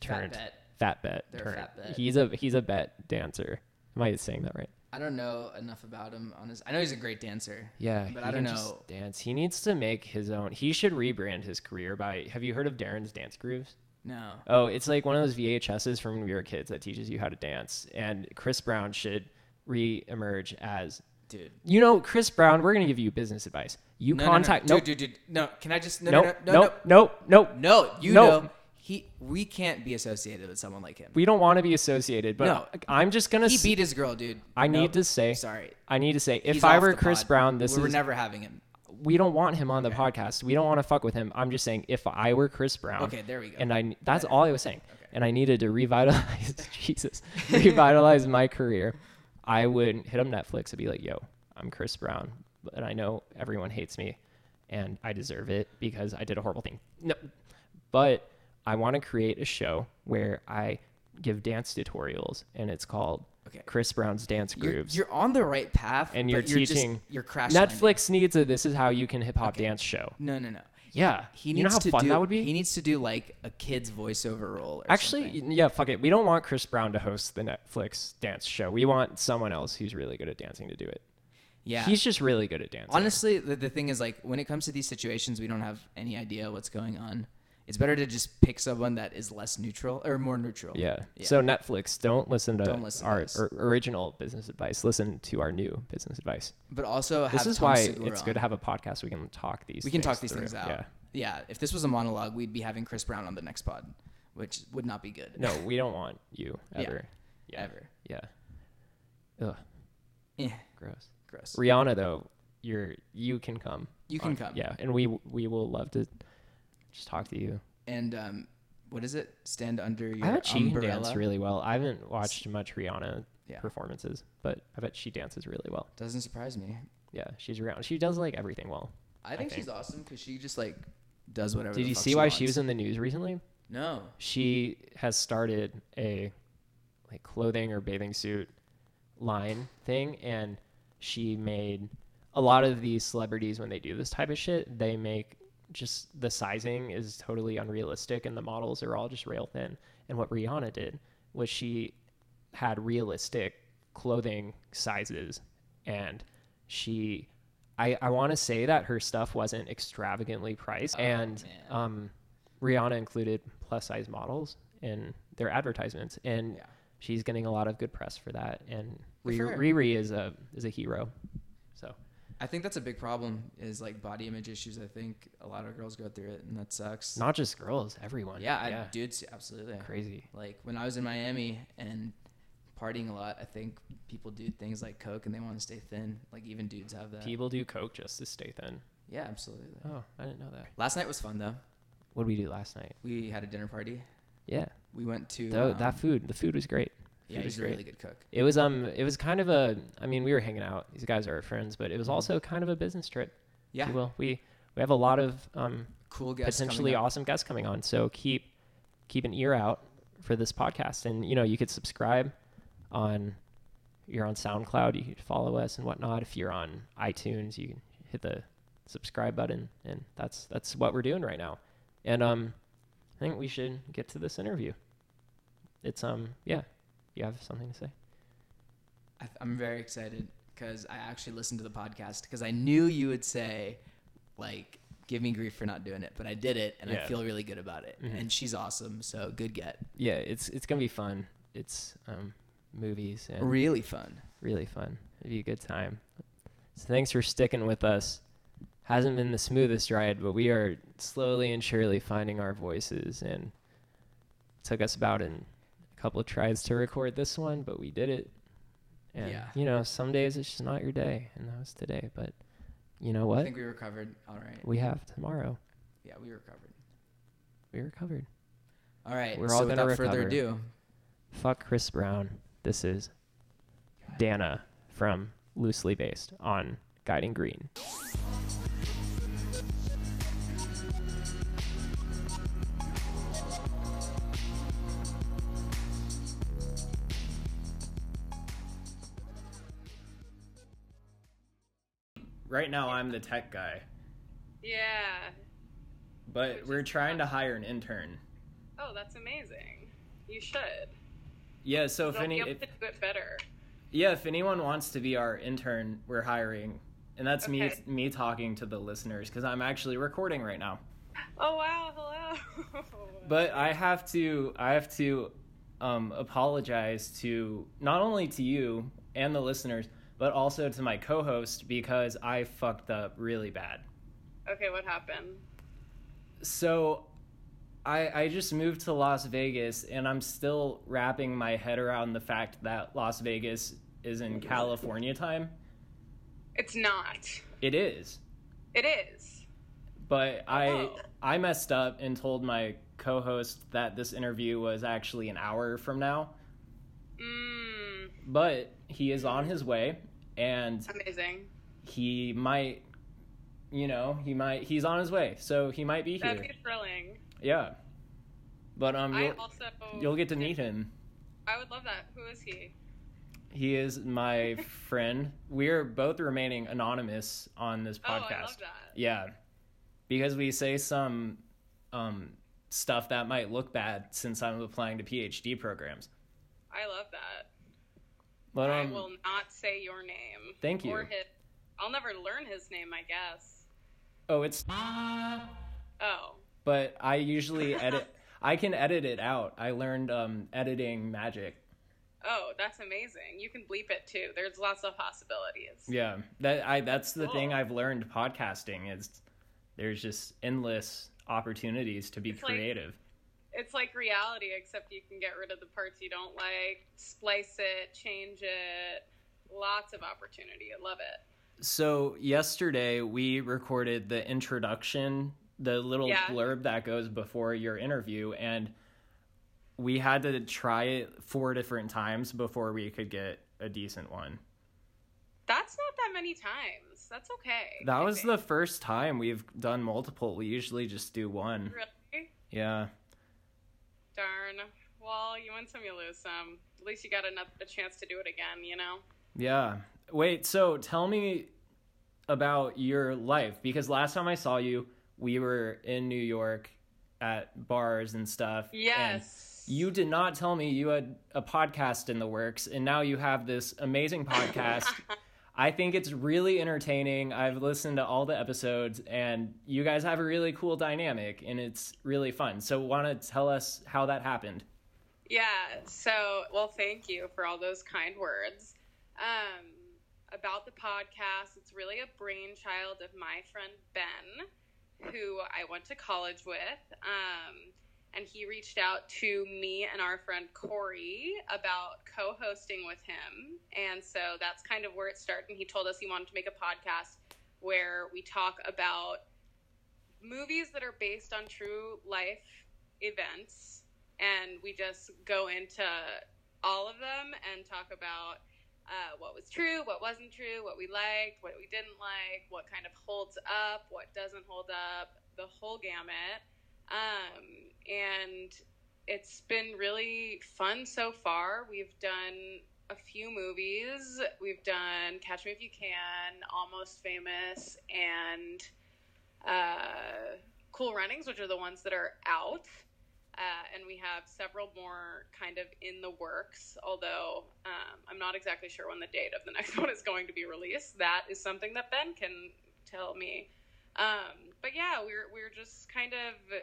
Speaker 1: turned
Speaker 3: bet.
Speaker 1: fat bet
Speaker 3: They're
Speaker 1: turned.
Speaker 3: fat bet.
Speaker 1: He's a he's a bet dancer. Am I saying that right?
Speaker 3: I don't know enough about him. On his, I know he's a great dancer.
Speaker 1: Yeah,
Speaker 3: but
Speaker 1: he
Speaker 3: I don't
Speaker 1: can just
Speaker 3: know.
Speaker 1: Dance. He needs to make his own. He should rebrand his career by. Have you heard of Darren's Dance Grooves?
Speaker 3: No.
Speaker 1: Oh, it's like one of those VHSs from when we were kids that teaches you how to dance. And Chris Brown should re-emerge as.
Speaker 3: Dude.
Speaker 1: You know, Chris Brown. We're gonna give you business advice. You
Speaker 3: No,
Speaker 1: contact.
Speaker 3: No, no.
Speaker 1: nope,
Speaker 3: Dude, dude, dude. No. Can I just? No.
Speaker 1: nope,
Speaker 3: No. No.
Speaker 1: nope, nope, nope,
Speaker 3: No. no, you
Speaker 1: Nope.
Speaker 3: know. He. We can't be associated with someone like him.
Speaker 1: we don't want to be associated, but
Speaker 3: No.
Speaker 1: I'm just gonna.
Speaker 3: he
Speaker 1: s-
Speaker 3: beat his girl, dude.
Speaker 1: I
Speaker 3: Nope.
Speaker 1: need to say.
Speaker 3: Sorry.
Speaker 1: I need to say. If
Speaker 3: He's
Speaker 1: I
Speaker 3: off
Speaker 1: were
Speaker 3: the
Speaker 1: Chris
Speaker 3: pod.
Speaker 1: Brown, this
Speaker 3: we're
Speaker 1: is
Speaker 3: never having him.
Speaker 1: we don't want him on the podcast. We don't want to fuck with him. I'm just saying, if I were Chris Brown,
Speaker 3: Okay, there we go.
Speaker 1: And I that's all I was saying. And I needed to revitalize Jesus, revitalize my career. I would hit up Netflix and be like, "Yo, I'm Chris Brown, and I know everyone hates me, and I deserve it because I did a horrible thing." No, but I want to create a show where I give dance tutorials, and it's called
Speaker 3: Okay.
Speaker 1: Chris Brown's Dance
Speaker 3: You're,
Speaker 1: Grooves
Speaker 3: you're on the right path,
Speaker 1: and
Speaker 3: but
Speaker 1: you're,
Speaker 3: you're
Speaker 1: teaching
Speaker 3: Just, you're crash landing.
Speaker 1: Netflix needs a this is how you can hip hop dance show.
Speaker 3: No, no, no.
Speaker 1: Yeah,
Speaker 3: He
Speaker 1: you
Speaker 3: needs
Speaker 1: know how
Speaker 3: to
Speaker 1: fun
Speaker 3: do,
Speaker 1: that would be.
Speaker 3: He needs to do like a kid's voiceover role. Or
Speaker 1: Actually,
Speaker 3: something.
Speaker 1: yeah, fuck it. We don't want Chris Brown to host the Netflix dance show. We want someone else who's really good at dancing to do it.
Speaker 3: yeah.
Speaker 1: He's just really good at dancing.
Speaker 3: Honestly, the, the thing is like when it comes to these situations, we don't have any idea what's going on. It's better to just pick someone that is less neutral or more neutral.
Speaker 1: yeah.
Speaker 3: Yeah.
Speaker 1: So Netflix, don't listen to
Speaker 3: Don't listen to
Speaker 1: our
Speaker 3: us.
Speaker 1: or- original business advice. Listen to our new business advice.
Speaker 3: But also,
Speaker 1: This
Speaker 3: have
Speaker 1: is
Speaker 3: Tom
Speaker 1: why
Speaker 3: Segura
Speaker 1: it's good to
Speaker 3: on.
Speaker 1: have a podcast. We can talk these.
Speaker 3: We can talk
Speaker 1: things
Speaker 3: these
Speaker 1: through.
Speaker 3: things out.
Speaker 1: Yeah.
Speaker 3: yeah. If this was a monologue, we'd be having Chris Brown on the next pod, which would not be good.
Speaker 1: No, we don't want you
Speaker 3: Yeah.
Speaker 1: ever.
Speaker 3: Ever.
Speaker 1: Yeah. Ugh,
Speaker 3: Eh,
Speaker 1: gross.
Speaker 3: gross.
Speaker 1: Rihanna though, you're you can come.
Speaker 3: You can
Speaker 1: on-
Speaker 3: come.
Speaker 1: oh, Yeah, and we we will love to just talk to you.
Speaker 3: And um, what is it? Stand under your
Speaker 1: I bet she can
Speaker 3: umbrella.
Speaker 1: dance really well. I haven't watched much Rihanna
Speaker 3: Yeah.
Speaker 1: performances, but I bet she dances really well.
Speaker 3: Doesn't surprise me.
Speaker 1: Yeah, she's Rihanna. She does like everything well.
Speaker 3: I think, she's awesome because she just like does whatever.
Speaker 1: Did
Speaker 3: the
Speaker 1: you
Speaker 3: fuck
Speaker 1: see why she
Speaker 3: wants.
Speaker 1: was in the news recently?
Speaker 3: No.
Speaker 1: She has started a like clothing or bathing suit line thing, and she made a lot of these celebrities when they do this type of shit, they make just the sizing is totally unrealistic, and the models are all just rail thin. And what Rihanna did was she had realistic clothing sizes, and she, I, I want to say that her stuff wasn't extravagantly priced, and
Speaker 3: man.
Speaker 1: um, Rihanna included plus size models in their advertisements, and
Speaker 3: Yeah.
Speaker 1: she's getting a lot of good press for that. And
Speaker 3: Good for her.
Speaker 1: Riri, Riri is a is a hero, so.
Speaker 3: I think that's a big problem is like body image issues. I think a lot of girls go through it, and that sucks.
Speaker 1: Not just girls, everyone.
Speaker 3: yeah, I, dudes, absolutely.
Speaker 1: crazy.
Speaker 3: Like when I was in Miami and partying a lot, I think people do things like coke and they want to stay thin. Like even dudes have that.
Speaker 1: People do coke just to stay thin.
Speaker 3: yeah, absolutely.
Speaker 1: Oh, I didn't know that.
Speaker 3: Last night was fun though.
Speaker 1: What did we do last night?
Speaker 3: We had a dinner party.
Speaker 1: Yeah,
Speaker 3: We went to
Speaker 1: Tho-
Speaker 3: um,
Speaker 1: that food. The food was great.
Speaker 3: Yeah,
Speaker 1: food
Speaker 3: he's
Speaker 1: was
Speaker 3: a
Speaker 1: great.
Speaker 3: really good cook.
Speaker 1: It was um, it was kind of a. I mean, we were hanging out. These guys are our friends, but it was also kind of a business trip. if
Speaker 3: Yeah,
Speaker 1: you will. we we have a lot of um
Speaker 3: cool guest. coming
Speaker 1: potentially
Speaker 3: up.
Speaker 1: awesome guests coming on. So keep keep an ear out for this podcast, and you know you could subscribe on you're on SoundCloud, you could follow us and whatnot. If you're on iTunes, you can hit the subscribe button, and that's that's what we're doing right now. And um, I think we should get to this interview. It's um yeah, you have something to say?
Speaker 3: I, th- I'm very excited because I actually listened to the podcast because I knew you would say, like, give me grief for not doing it, but I did it and
Speaker 1: Yeah. Mm-hmm.
Speaker 3: I feel really good about it. And she's awesome, so good get.
Speaker 1: Yeah, it's it's gonna be fun. It's um movies and
Speaker 3: Really fun.
Speaker 1: really fun. It'd be a good time. So thanks for sticking with us. Hasn't been the smoothest ride, but we are slowly and surely finding our voices and took us about an, a couple of tries to record this one, but we did it. And
Speaker 3: Yeah.
Speaker 1: you know, some days it's just not your day, and that was today, but you know
Speaker 3: I
Speaker 1: what?
Speaker 3: think we recovered all right.
Speaker 1: We have tomorrow.
Speaker 3: Yeah, we recovered.
Speaker 1: We recovered.
Speaker 3: All right.
Speaker 1: We're
Speaker 3: so
Speaker 1: all gonna
Speaker 3: without further
Speaker 1: recover.
Speaker 3: ado,
Speaker 1: Fuck Chris Brown. This is Dana from Loosely Based on Guiding Green. Right now, I'm the tech guy,
Speaker 4: Yeah.
Speaker 1: but we're trying to hire an intern.
Speaker 4: Oh, that's amazing. You should.
Speaker 1: Yeah, so if
Speaker 4: They'll
Speaker 1: any,
Speaker 4: be able
Speaker 1: if,
Speaker 4: to do it better.
Speaker 1: Yeah, if anyone wants to be our intern, we're hiring. And that's me
Speaker 4: Okay.
Speaker 1: me talking to the listeners cuz I'm actually recording right now.
Speaker 4: Oh wow! Hello.
Speaker 1: But I have to I have to um apologize to not only to you and the listeners, but also to my co-host because I fucked up really bad.
Speaker 4: okay, what happened?
Speaker 1: So I I just moved to Las Vegas and I'm still wrapping my head around the fact that Las Vegas is in California time.
Speaker 4: It's not.
Speaker 1: It is.
Speaker 4: It is.
Speaker 1: but I
Speaker 4: Oh.
Speaker 1: I messed up and told my co-host that this interview was actually an hour from now.
Speaker 4: Mmm.
Speaker 1: But he is on his way, and
Speaker 4: Amazing.
Speaker 1: he might, you know, he might he's on his way, so he might be
Speaker 4: That'd
Speaker 1: here.
Speaker 4: be thrilling.
Speaker 1: Yeah, but um,
Speaker 4: I
Speaker 1: you'll,
Speaker 4: also.
Speaker 1: you'll get to meet him.
Speaker 4: I would love that. Who is he?
Speaker 1: He is my friend. We are both remaining anonymous on this podcast.
Speaker 4: Oh, I love that.
Speaker 1: Yeah. Because we say some um, stuff that might look bad since I'm applying to PhD programs.
Speaker 4: I love that.
Speaker 1: But
Speaker 4: I
Speaker 1: um,
Speaker 4: will not say your name.
Speaker 1: Thank you.
Speaker 4: Or his. I'll never learn his name. I guess.
Speaker 1: oh, it's
Speaker 4: Oh.
Speaker 1: but I usually edit. I can edit it out. I learned um, editing magic.
Speaker 4: Oh, that's amazing. You can bleep it too. There's lots of possibilities.
Speaker 1: Yeah, that I that's the thing
Speaker 4: Cool.
Speaker 1: I've learned podcasting is there's just endless opportunities to be
Speaker 4: It's like-
Speaker 1: creative.
Speaker 4: It's like reality, except you can get rid of the parts you don't like, splice it, change it. Lots of opportunity. I love it.
Speaker 1: So yesterday we recorded the introduction, the little
Speaker 4: Yeah.
Speaker 1: blurb that goes before your interview, and we had to try it four different times before we could get a decent one.
Speaker 4: That's not that many times. That's okay.
Speaker 1: That
Speaker 4: I
Speaker 1: was the
Speaker 4: think.
Speaker 1: first time we've done multiple. We usually just do one.
Speaker 4: really
Speaker 1: Yeah.
Speaker 4: darn. Well, you win some, you lose some. At least you got another a chance to do it again. You know.
Speaker 1: Yeah. Wait, so tell me about your life because last time I saw you, we were in New York at bars and stuff. and
Speaker 4: Yes.
Speaker 1: You did not tell me you had a podcast in the works, and now you have this amazing podcast. I think it's really entertaining. I've listened to all the episodes, and you guys have a really cool dynamic, and it's really fun. So, want to tell us how that happened?
Speaker 4: Yeah. So, well, thank you for all those kind words. Um, about the podcast, it's really a brainchild of my friend Ben, who I went to college with. Um, and he reached out to me and our friend Corey about co hosting with him. And so that's kind of where it started. And he told us he wanted to make a podcast where we talk about movies that are based on true life events and we just go into all of them and talk about uh, what was true, what wasn't true, what we liked, what we didn't like, what kind of holds up, what doesn't hold up, the whole gamut. Um, and it's been really fun so far. We've done a few movies. We've done Catch Me If You Can, Almost Famous, and uh, Cool Runnings, which are the ones that are out. Uh, and we have several more kind of in the works, although um, I'm not exactly sure when the date of the next one is going to be released. That is something that Ben can tell me. Um, but yeah, we're, we're just kind of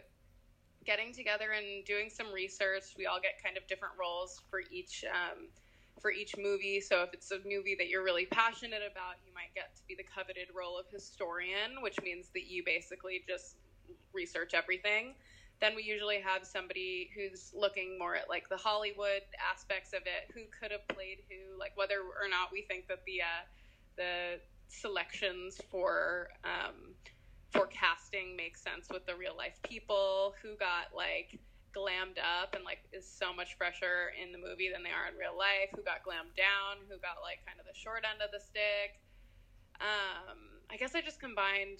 Speaker 4: getting together and doing some research. We all get kind of different roles for each um, for each movie. So if it's a movie that you're really passionate about, you might get to be the coveted role of historian, which means that you basically just research everything. Then we usually have somebody who's looking more at like the Hollywood aspects of it, who could have played who, like whether or not we think that the uh, the selections for um, for casting make sense with the real life people who got like glammed up and like is so much fresher in the movie than they are in real life who got glammed down who got like kind of the short end of the stick um i guess i just combined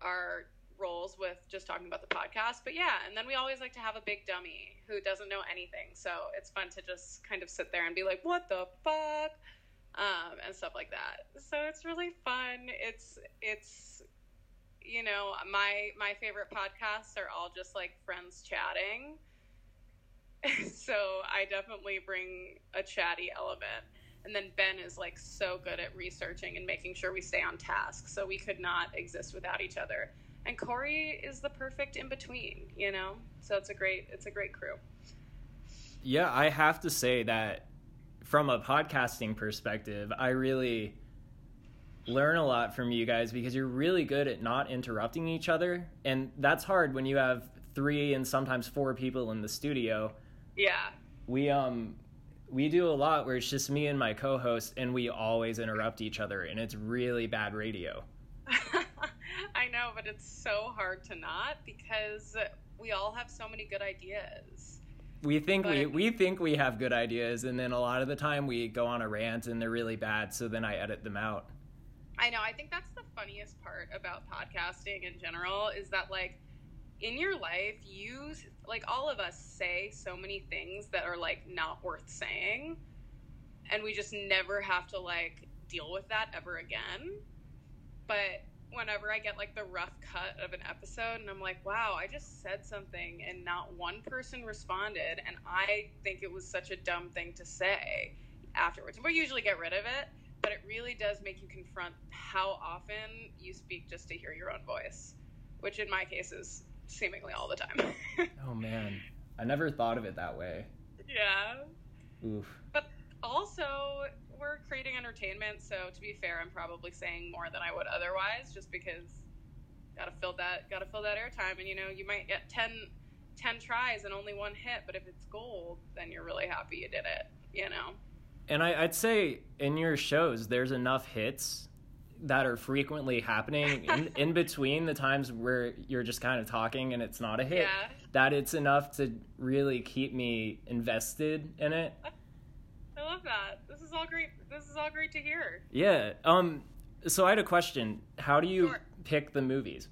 Speaker 4: our roles with just talking about the podcast but yeah and then we always like to have a big dummy who doesn't know anything so it's fun to just kind of sit there and be like what the fuck um, and stuff like that. So it's really fun. It's it's you know my my favorite podcasts are all just like friends chatting. so I definitely bring a chatty element. And then Ben is like so good at researching and making sure we stay on task. So we could not exist without each other. And Corey is the perfect in between, you know. So it's a great it's a great crew.
Speaker 1: Yeah, I have to say that from a podcasting perspective, I really learn a lot from you guys because you're really good at not interrupting each other. And that's hard when you have three and sometimes four people in the studio.
Speaker 4: Yeah.
Speaker 1: We um we do a lot where it's just me and my co-host and we always interrupt each other and it's really bad radio.
Speaker 4: I know, but it's so hard to not because we all have so many good ideas
Speaker 1: we think but, we we think we have good ideas and then a lot of the time we go on a rant and they're really bad so then i edit them out
Speaker 4: i know i think that's the funniest part about podcasting in general is that like in your life you like all of us say so many things that are like not worth saying and we just never have to like deal with that ever again but whenever I get like the rough cut of an episode and I'm like, wow, I just said something and not one person responded. And I think it was such a dumb thing to say afterwards. We usually get rid of it, but it really does make you confront how often you speak just to hear your own voice, which in my case is seemingly all the time.
Speaker 1: oh man, I never thought of it that way.
Speaker 4: Yeah.
Speaker 1: Oof.
Speaker 4: But also, we're creating entertainment, so to be fair, I'm probably saying more than I would otherwise, just because gotta fill that gotta fill that airtime. And you know, you might get 10, 10 tries and only one hit, but if it's gold, then you're really happy you did it. You know.
Speaker 1: And I, would say in your shows, there's enough hits that are frequently happening in, in, between the times where you're just kind of talking and it's not a hit.
Speaker 4: Yeah.
Speaker 1: That it's enough to really keep me invested in it.
Speaker 4: I love that. This is all great. This is all great to hear.
Speaker 1: Yeah. Um. So I had a question. How do you sure. pick the movies?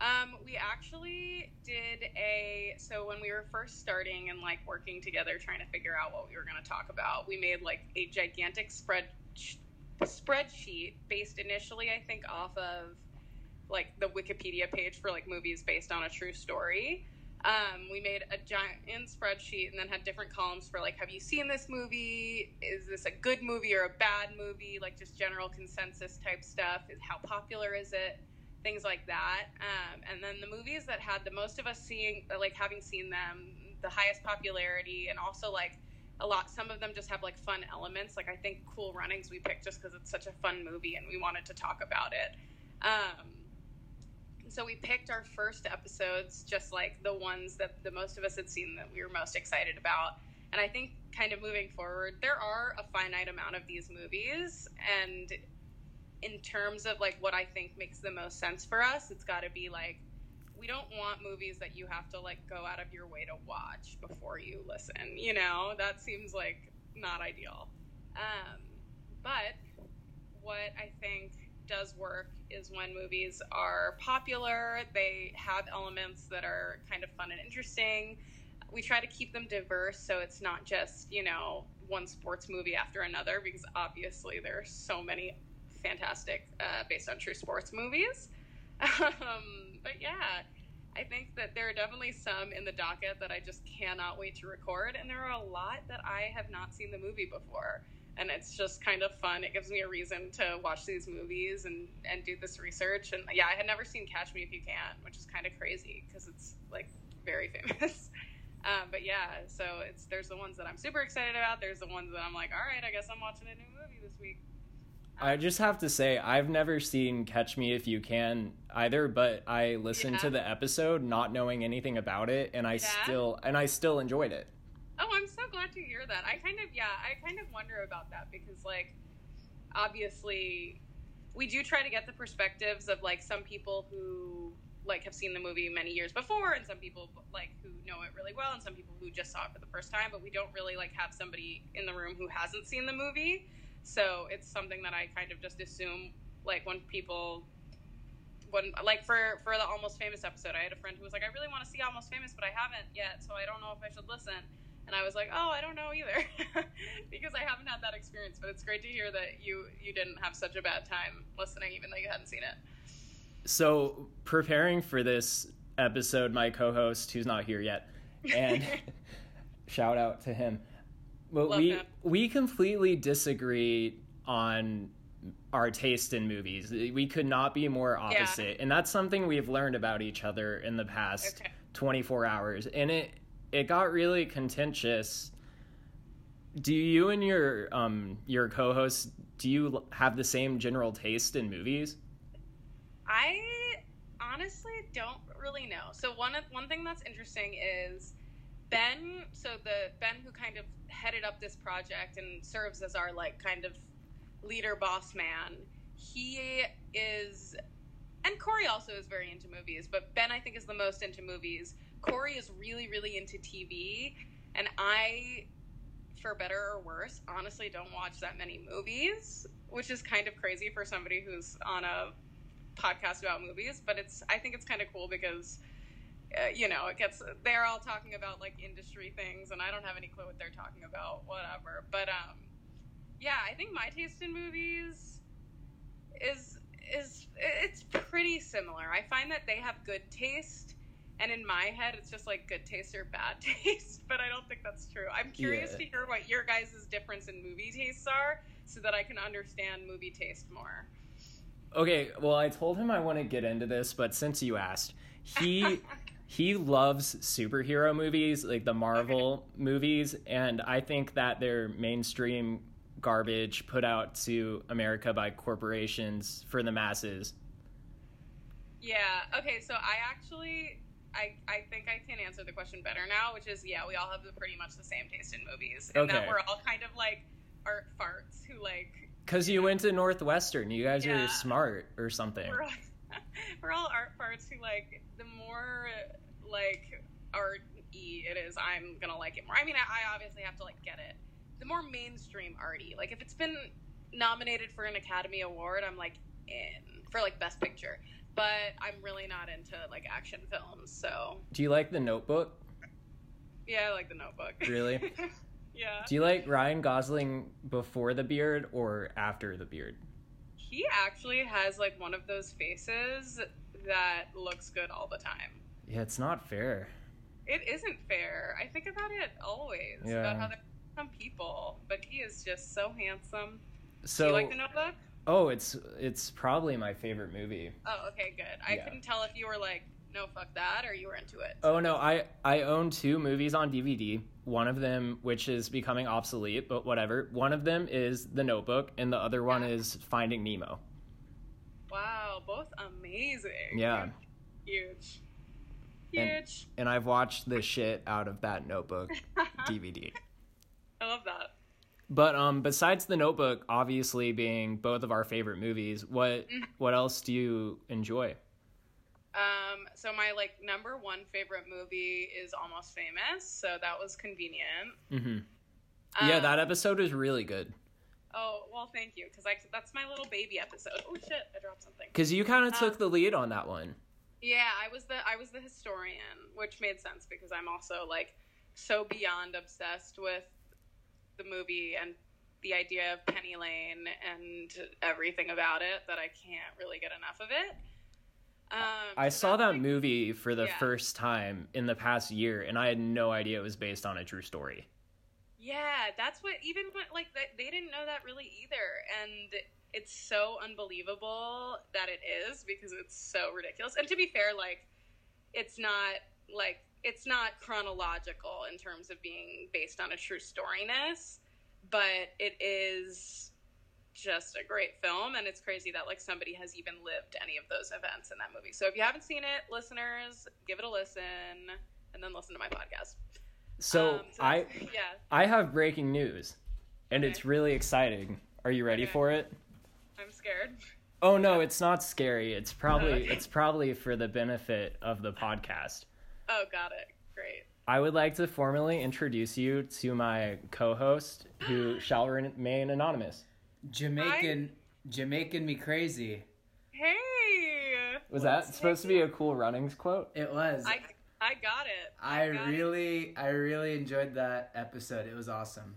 Speaker 4: Um, we actually did a so when we were first starting and like working together trying to figure out what we were going to talk about, we made like a gigantic spread spreadsheet based initially I think off of like the Wikipedia page for like movies based on a true story. Um, we made a giant spreadsheet and then had different columns for like have you seen this movie is this a good movie or a bad movie like just general consensus type stuff is how popular is it things like that um, and then the movies that had the most of us seeing like having seen them the highest popularity and also like a lot some of them just have like fun elements like i think cool runnings we picked just because it's such a fun movie and we wanted to talk about it um, so we picked our first episodes, just like the ones that the most of us had seen that we were most excited about. And I think, kind of moving forward, there are a finite amount of these movies. And in terms of like what I think makes the most sense for us, it's got to be like, we don't want movies that you have to like go out of your way to watch before you listen. You know, that seems like not ideal. Um, but what I think does work is when movies are popular, they have elements that are kind of fun and interesting. We try to keep them diverse so it's not just, you know, one sports movie after another because obviously there are so many fantastic uh, based on true sports movies. Um, but yeah, I think that there are definitely some in the docket that I just cannot wait to record, and there are a lot that I have not seen the movie before and it's just kind of fun. It gives me a reason to watch these movies and and do this research. And yeah, I had never seen Catch Me If You Can, which is kind of crazy because it's like very famous. Um, but yeah, so it's there's the ones that I'm super excited about. There's the ones that I'm like, all right, I guess I'm watching a new movie this week.
Speaker 1: I just have to say, I've never seen Catch Me If You Can either, but I listened
Speaker 4: Yeah.
Speaker 1: to the episode not knowing anything about it, and I
Speaker 4: Yeah.
Speaker 1: still and I still enjoyed it.
Speaker 4: Oh, I'm so glad to hear that. I kind of, yeah, I kind of wonder about that because, like, obviously, we do try to get the perspectives of like some people who like have seen the movie many years before, and some people like who know it really well, and some people who just saw it for the first time. But we don't really like have somebody in the room who hasn't seen the movie, so it's something that I kind of just assume like when people when like for for the almost famous episode i had a friend who was like i really want to see almost famous but i haven't yet so i don't know if i should listen and i was like oh i don't know either because i haven't had that experience but it's great to hear that you you didn't have such a bad time listening even though you hadn't seen it
Speaker 1: So preparing for this episode, my co-host, who's not here yet, and shout out to him. But
Speaker 4: Love
Speaker 1: we
Speaker 4: him.
Speaker 1: we completely disagree on our taste in movies. We could not be more opposite, and that's something we've learned about each other in the past
Speaker 4: Okay.
Speaker 1: 24 hours. And it it got really contentious. Do you and your um your co-host do you l- have the same general taste in movies?
Speaker 4: I honestly don't really know. So one of- one thing that's interesting is Ben. So the Ben who kind of headed up this project and serves as our like kind of leader boss man. He is, and Corey also is very into movies, but Ben I think is the most into movies. Corey is really really into TV, and I. For better or worse, honestly, don't watch that many movies, which is kind of crazy for somebody who's on a podcast about movies, but it's I think it's kind of cool because uh, you know it gets they're all talking about like industry things, and I don't have any clue what they're talking about, whatever. But um, yeah, I think my taste in movies is is it's pretty similar. I find that they have good taste. And in my head, it's just like good taste or bad taste, but I don't think that's true. I'm curious
Speaker 1: Yeah.
Speaker 4: to hear what your guys' difference in movie tastes are so that I can understand movie taste more.
Speaker 1: Okay, well, I told him I want to get into this, but since you asked, he he loves superhero movies, like the Marvel movies, and I think that they're mainstream garbage put out to America by corporations for the masses.
Speaker 4: Yeah. Okay. So I actually, I, I think I can answer the question better now, which is yeah, we all have the, pretty much the same taste in movies, and
Speaker 1: Okay.
Speaker 4: that we're all kind of like art farts who like
Speaker 1: Cuz you went to Northwestern, you guys
Speaker 4: Yeah.
Speaker 1: are smart or something.
Speaker 4: we're all, we're all art farts who like the more like art y it is, I'm gonna like it more. I mean, I, I obviously have to like get it. The more mainstream arty, like if it's been nominated for an Academy Award, I'm like in for like Best Picture. But I'm really not into like action films, so
Speaker 1: Do you like The Notebook?
Speaker 4: Yeah, I like the notebook.
Speaker 1: Really?
Speaker 4: yeah.
Speaker 1: Do you like Ryan Gosling before the beard or after the beard?
Speaker 4: He actually has like one of those faces that looks good all the time.
Speaker 1: Yeah, it's not fair.
Speaker 4: It isn't fair. I think about it always
Speaker 1: Yeah.
Speaker 4: about how there are some people, but he is just so handsome.
Speaker 1: So
Speaker 4: Do you like the notebook?
Speaker 1: Oh, it's it's probably my favorite movie.
Speaker 4: Oh, okay, good. I
Speaker 1: Yeah.
Speaker 4: couldn't tell if you were like, no, fuck that, or you were into it.
Speaker 1: Oh no, I I own two movies on DVD. One of them, which is becoming obsolete, but whatever. One of them is The Notebook, and the other one
Speaker 4: Yeah.
Speaker 1: is Finding Nemo.
Speaker 4: Wow, both amazing.
Speaker 1: Yeah,
Speaker 4: Huge.
Speaker 1: And-
Speaker 4: Huge.
Speaker 1: and I've watched the shit out of that Notebook DVD.
Speaker 4: I love that.
Speaker 1: But um, besides The Notebook, obviously being both of our favorite movies, what what else do you enjoy?
Speaker 4: Um, so my like number one favorite movie is Almost Famous, so that was convenient.
Speaker 1: hmm yeah,
Speaker 4: Um,
Speaker 1: that episode is really good
Speaker 4: Oh well, thank you, because that's my little baby episode. Oh shit, I dropped something.
Speaker 1: because you kind of
Speaker 4: um,
Speaker 1: took the lead on that one.
Speaker 4: Yeah, I was the I was the historian, which made sense because I'm also like so beyond obsessed with the movie and the idea of Penny Lane and everything about it that I can't really get enough of it. Um,
Speaker 1: I
Speaker 4: so
Speaker 1: saw
Speaker 4: that's,
Speaker 1: that
Speaker 4: like,
Speaker 1: movie for the
Speaker 4: yeah.
Speaker 1: first time in the past year, and I had no idea it was based on a true story.
Speaker 4: Yeah, that's what even when like that they didn't know that really either, and it's so unbelievable that it is because it's so ridiculous. And to be fair, like it's not like it's not chronological in terms of being based on a true storiness, but it is just a great film and it's crazy that like somebody has even lived any of those events in that movie. So if you haven't seen it, listeners, give it a listen and then listen to my podcast.
Speaker 1: So,
Speaker 4: Um, so
Speaker 1: I
Speaker 4: that's- yeah.
Speaker 1: I have breaking news, and it's
Speaker 4: Okay.
Speaker 1: really exciting. Are you ready
Speaker 4: Okay.
Speaker 1: for it?
Speaker 4: I'm scared.
Speaker 1: Oh no, it's not scary. It's probably
Speaker 4: okay.
Speaker 1: it's probably for the benefit of the podcast.
Speaker 4: Oh, got it. Great.
Speaker 1: I would like to formally introduce you to my co-host, who shall remain anonymous.
Speaker 3: Jamaican, Jamaican me crazy.
Speaker 4: Hey.
Speaker 1: Was that supposed to be a cool runnings quote?
Speaker 3: It was.
Speaker 4: I I got it.
Speaker 3: I
Speaker 4: got it.
Speaker 3: really, I really enjoyed that episode. It was awesome.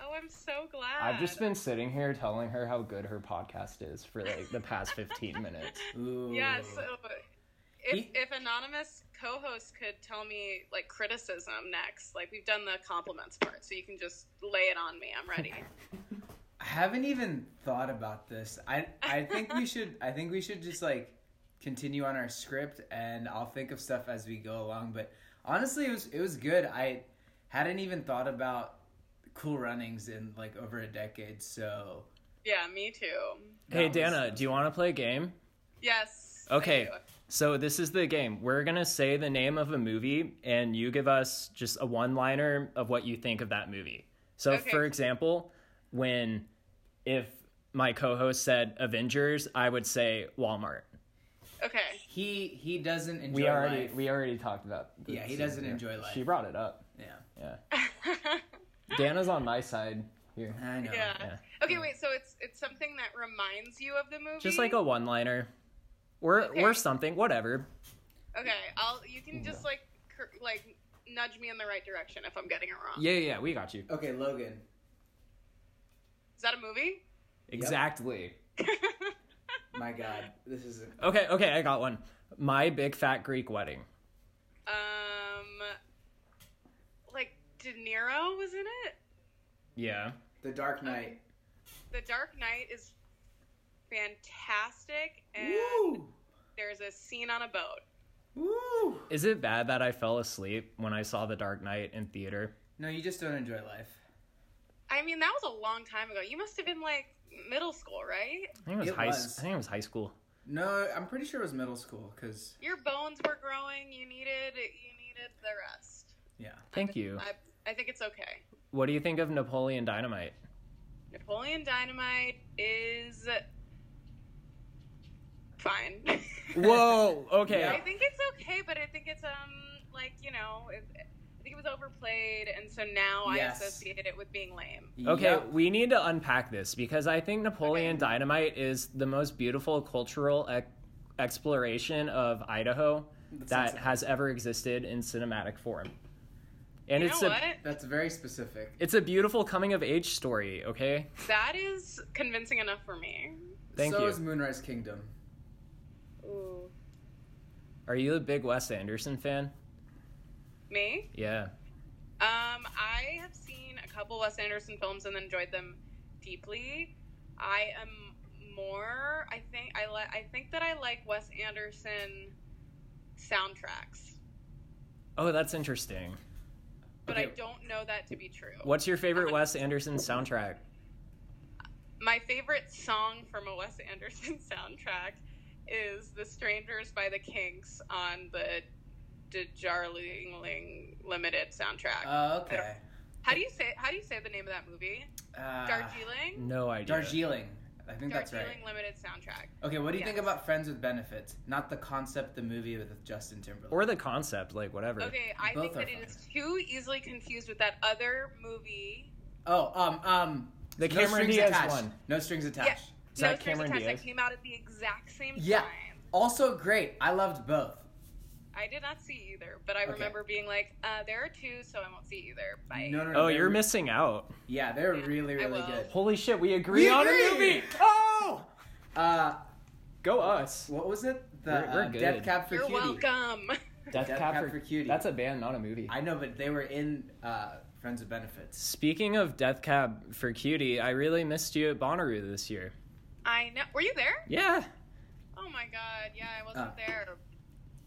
Speaker 4: Oh, I'm so glad.
Speaker 1: I've just been sitting here telling her how good her podcast is for like the past 15 minutes.
Speaker 3: Ooh.
Speaker 4: Yeah, so if,
Speaker 3: He-
Speaker 4: if anonymous co-hosts could tell me like criticism next, like we've done the compliments part, so you can just lay it on me. I'm ready.
Speaker 3: I haven't even thought about this. I I think we should I think we should just like continue on our script and I'll think of stuff as we go along. But honestly it was it was good. I hadn't even thought about cool runnings in like over a decade, so
Speaker 4: yeah, me too.
Speaker 1: hey
Speaker 3: That was-
Speaker 1: Dana, do you want to play a game?
Speaker 4: Yes. I
Speaker 1: Okay.
Speaker 4: do.
Speaker 1: So this is the game. We're going to say the name of a movie and you give us just a one-liner of what you think of that movie. So
Speaker 4: Okay.
Speaker 1: for example, when if my co-host said Avengers, I would say Walmart.
Speaker 4: Okay.
Speaker 3: he he doesn't enjoy
Speaker 1: We already
Speaker 3: life.
Speaker 1: we already talked about
Speaker 3: Yeah, he doesn't enjoy life.
Speaker 1: She brought it up.
Speaker 3: Yeah.
Speaker 1: Yeah. Dana's on my side here.
Speaker 3: I know.
Speaker 4: yeah.
Speaker 1: yeah.
Speaker 4: Okay, wait. So it's it's something that reminds you of the movie.
Speaker 1: Just like a one-liner or
Speaker 4: Okay.
Speaker 1: or something, whatever.
Speaker 4: Okay, I'll. You can just like cur- like nudge me in the right direction if I'm getting it wrong.
Speaker 1: Yeah, yeah, we got you.
Speaker 3: Okay, Logan.
Speaker 4: Is that a movie?
Speaker 1: Exactly.
Speaker 3: My god. This is
Speaker 1: Okay, okay, I got one. My big fat Greek wedding.
Speaker 4: Um, like De Niro was in it.
Speaker 1: Yeah.
Speaker 3: The Dark
Speaker 4: Uh,
Speaker 3: Knight.
Speaker 4: The Dark Knight is fantastic, and
Speaker 3: Woo!
Speaker 4: there's a scene on a boat.
Speaker 3: Woo!
Speaker 1: Is it bad that I fell asleep when I saw The Dark Knight in theater?
Speaker 3: No, you just don't enjoy life.
Speaker 4: I mean, that was a long time ago. You must have been like middle school, right?
Speaker 1: I think it was
Speaker 3: It
Speaker 1: high.
Speaker 3: was.
Speaker 1: I think it was high school.
Speaker 3: No, I'm pretty sure it was middle school cuz
Speaker 4: Your bones were growing. You needed you needed the rest.
Speaker 3: yeah.
Speaker 1: Thank you.
Speaker 4: I I think it's okay.
Speaker 1: What do you think of Napoleon Dynamite?
Speaker 4: Napoleon Dynamite is fine.
Speaker 1: Whoa. Okay.
Speaker 4: I
Speaker 3: Yeah.
Speaker 4: think it's okay, but I think it's um like you know it, I think it was overplayed, and so now
Speaker 3: Yes.
Speaker 4: I associate it with being lame.
Speaker 1: Okay,
Speaker 3: Yep.
Speaker 1: we need to unpack this because I think Napoleon
Speaker 4: Okay.
Speaker 1: Dynamite is the most beautiful cultural ec- exploration of Idaho
Speaker 3: sounds
Speaker 1: that has ever existed in cinematic form. And
Speaker 4: you
Speaker 1: it's
Speaker 4: know
Speaker 1: a
Speaker 4: what?
Speaker 3: That's very specific.
Speaker 1: it's a beautiful coming of age story, okay?
Speaker 4: That is convincing enough for me.
Speaker 1: Thank
Speaker 3: so
Speaker 1: you.
Speaker 3: is Moonrise Kingdom.
Speaker 4: Ooh.
Speaker 1: Are you a big Wes Anderson fan?
Speaker 4: Me?
Speaker 1: Yeah.
Speaker 4: Um, I have seen a couple Wes Anderson films and enjoyed them deeply. I am more. I think I li- I think that I like Wes Anderson soundtracks,
Speaker 1: Oh, that's interesting.
Speaker 4: but I
Speaker 3: Okay.
Speaker 4: don't know that to be true.
Speaker 1: What's your favorite
Speaker 3: Uh,
Speaker 1: Wes Anderson soundtrack?
Speaker 4: My favorite song from a Wes Anderson soundtrack is "The Strangers" by the Kinks on the Darjeeling Limited soundtrack.
Speaker 3: Oh, okay.
Speaker 4: how do you say How do you say the name of that movie?
Speaker 3: Uh,
Speaker 4: Darjeeling.
Speaker 1: No idea.
Speaker 3: Darjeeling. I think that's right.
Speaker 4: Darjeeling Limited soundtrack.
Speaker 3: Okay, what do you think
Speaker 4: Yes.
Speaker 3: about Friends with Benefits? Not the concept, the movie with Justin Timberlake.
Speaker 1: Or the concept, like whatever.
Speaker 4: Okay, I
Speaker 3: Both
Speaker 4: think that
Speaker 3: are
Speaker 4: it is too easily confused with that other movie.
Speaker 3: oh, um, um,
Speaker 1: The
Speaker 3: no
Speaker 1: Cameron
Speaker 3: strings
Speaker 1: Diaz
Speaker 3: attached.
Speaker 1: one.
Speaker 3: No strings attached.
Speaker 1: Is that
Speaker 4: Strings
Speaker 1: Cameron
Speaker 4: Attached
Speaker 1: Diaz?
Speaker 4: that came out at the exact same
Speaker 3: Yeah.
Speaker 4: time.
Speaker 3: Also great. I loved both.
Speaker 4: I did not see either, but I
Speaker 3: Okay.
Speaker 4: remember being like, uh, there are two, so I won't see either. Bye.
Speaker 3: No, no, no.
Speaker 1: Oh,
Speaker 3: they're
Speaker 1: you're
Speaker 3: re-
Speaker 1: missing out.
Speaker 3: Yeah, they're
Speaker 4: Yeah,
Speaker 3: really,
Speaker 4: I
Speaker 3: really
Speaker 4: will.
Speaker 3: good.
Speaker 1: Holy shit, we agree
Speaker 3: We
Speaker 1: on a
Speaker 3: agree!
Speaker 1: movie. Oh!
Speaker 3: Uh,
Speaker 1: Go us.
Speaker 3: what was it? The
Speaker 1: We're- we're
Speaker 3: uh,
Speaker 1: good.
Speaker 3: Death Cab for
Speaker 4: You're
Speaker 3: Cutie.
Speaker 4: welcome.
Speaker 1: Death,
Speaker 3: Death
Speaker 1: Cab
Speaker 3: Cab
Speaker 1: for,
Speaker 3: for Cutie.
Speaker 1: That's a band, not a movie.
Speaker 3: I know, but they were in uh, Friends with Benefits.
Speaker 1: Speaking of Death Cab for Cutie, I really missed you at Bonnaroo this year.
Speaker 4: I know. Were you there?
Speaker 1: Yeah.
Speaker 4: Oh my god, yeah, I wasn't
Speaker 3: Uh.
Speaker 4: there.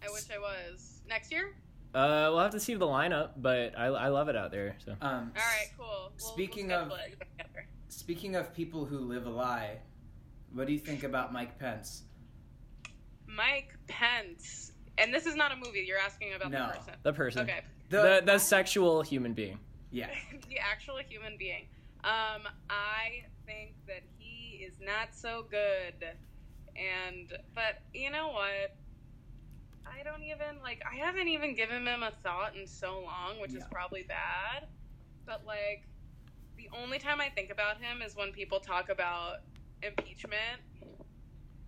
Speaker 4: I wish I was. Next year?
Speaker 1: Uh, we'll have to see the lineup, but I, I love it out there. So
Speaker 3: Um,
Speaker 4: All right, cool. We'll,
Speaker 3: Speaking
Speaker 4: we'll
Speaker 3: of-
Speaker 4: schedule it together.
Speaker 3: Speaking of people who live a lie, what do you think about Mike Pence?
Speaker 4: Mike Pence, and this is not a movie. You're asking about
Speaker 3: No.
Speaker 4: the person,
Speaker 1: the person,
Speaker 4: Okay.
Speaker 1: the the sexual human being.
Speaker 3: yeah,
Speaker 4: the actual human being. Um, I think that he is not so good, and but you know what? I don't even like. I haven't even given him a thought in so long, which is
Speaker 3: No.
Speaker 4: probably bad. But like, the only time I think about him is when people talk about impeachment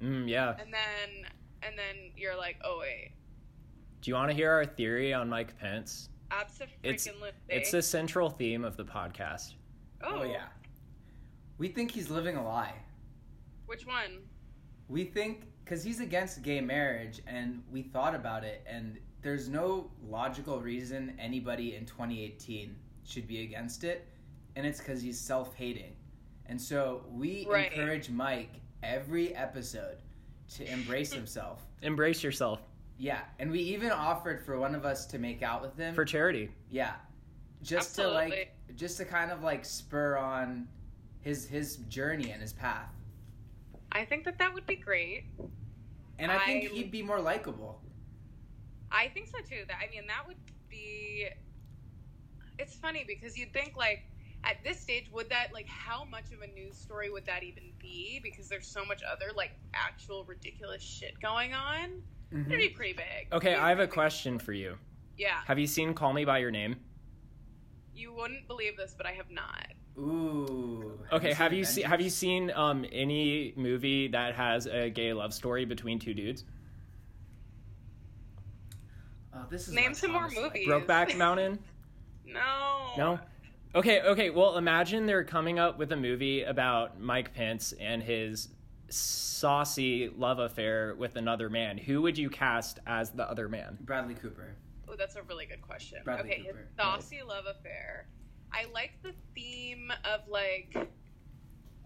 Speaker 1: Mm, yeah.
Speaker 4: and then and then you're like, oh wait,
Speaker 1: Do you want to hear our theory on Mike Pence? It's-
Speaker 4: absolutely.
Speaker 1: It's the central theme of the podcast.
Speaker 3: oh yeah. We think he's living a lie.
Speaker 4: Which one?
Speaker 3: We think because he's against gay marriage, and we thought about it, and there's no logical reason anybody in 2018 should be against it, and it's because he's self-hating, and so we
Speaker 4: Right.
Speaker 3: encourage Mike every episode to embrace himself.
Speaker 1: Embrace yourself
Speaker 3: Yeah, and we even offered for one of us to make out with him
Speaker 1: for charity.
Speaker 3: Yeah. Just to
Speaker 4: Absolutely.
Speaker 3: like just to kind of like spur on his his journey and his path.
Speaker 4: I think that that would be great.
Speaker 3: And I, think
Speaker 4: I-
Speaker 3: he'd be more likable.
Speaker 4: I think so too. That I mean, that would be. It's funny because you'd think like at this stage, would that like how much of a news story would that even be? Because there's so much other like actual ridiculous shit going on. It'd be pretty big.
Speaker 1: Okay,
Speaker 4: It'd be
Speaker 1: I have a
Speaker 4: pretty big.
Speaker 1: question for you.
Speaker 4: Yeah,
Speaker 1: Have you seen Call Me by Your Name?
Speaker 4: you wouldn't believe this, but I have not.
Speaker 3: Ooh.
Speaker 1: Okay, have you
Speaker 3: Avengers?
Speaker 1: seen have you seen um any movie that has a gay love story between two dudes?
Speaker 3: Oh, this is
Speaker 4: Name
Speaker 3: what
Speaker 4: some more
Speaker 3: Thomas liked.
Speaker 4: movies.
Speaker 1: Brokeback Mountain?
Speaker 4: No.
Speaker 1: No. Okay, okay. Well, imagine they're coming up with a movie about Mike Pence and his saucy love affair with another man. Who would you cast as the other man?
Speaker 3: Bradley Cooper.
Speaker 4: Oh, that's a really good question.
Speaker 3: Bradley
Speaker 4: okay, his
Speaker 3: Cooper.
Speaker 4: saucy love affair. I like the theme of like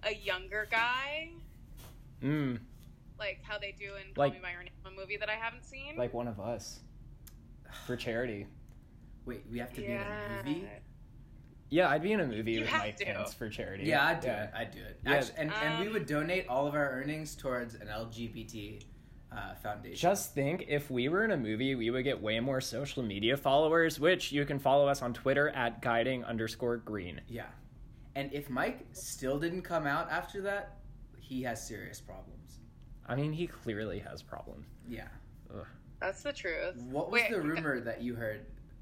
Speaker 4: a younger guy,
Speaker 1: Mm,
Speaker 4: like how they do in Call
Speaker 1: Like-
Speaker 4: Me by Your Name, a movie that I haven't seen.
Speaker 1: like one of us for charity.
Speaker 3: Wait, we have to
Speaker 4: yeah.
Speaker 3: be in a movie?
Speaker 1: Yeah, I'd be in a movie
Speaker 4: You
Speaker 1: with
Speaker 4: have
Speaker 1: Mike
Speaker 4: to.
Speaker 1: Pence for charity.
Speaker 3: Yeah, I'd do it. I'd do it.
Speaker 1: Yeah.
Speaker 3: Actu- and, and we
Speaker 4: Um,
Speaker 3: would donate all of our earnings towards an LGBT uh, foundation.
Speaker 1: Just think if we were in a movie, we would get way more social media followers, which you can follow us on Twitter at guiding underscore green.
Speaker 3: yeah. And if Mike still didn't come out after that, he has serious problems.
Speaker 1: I mean, he clearly has problems.
Speaker 3: Yeah.
Speaker 4: That's the truth.
Speaker 3: What was
Speaker 4: Wait,
Speaker 3: the rumor that you heard?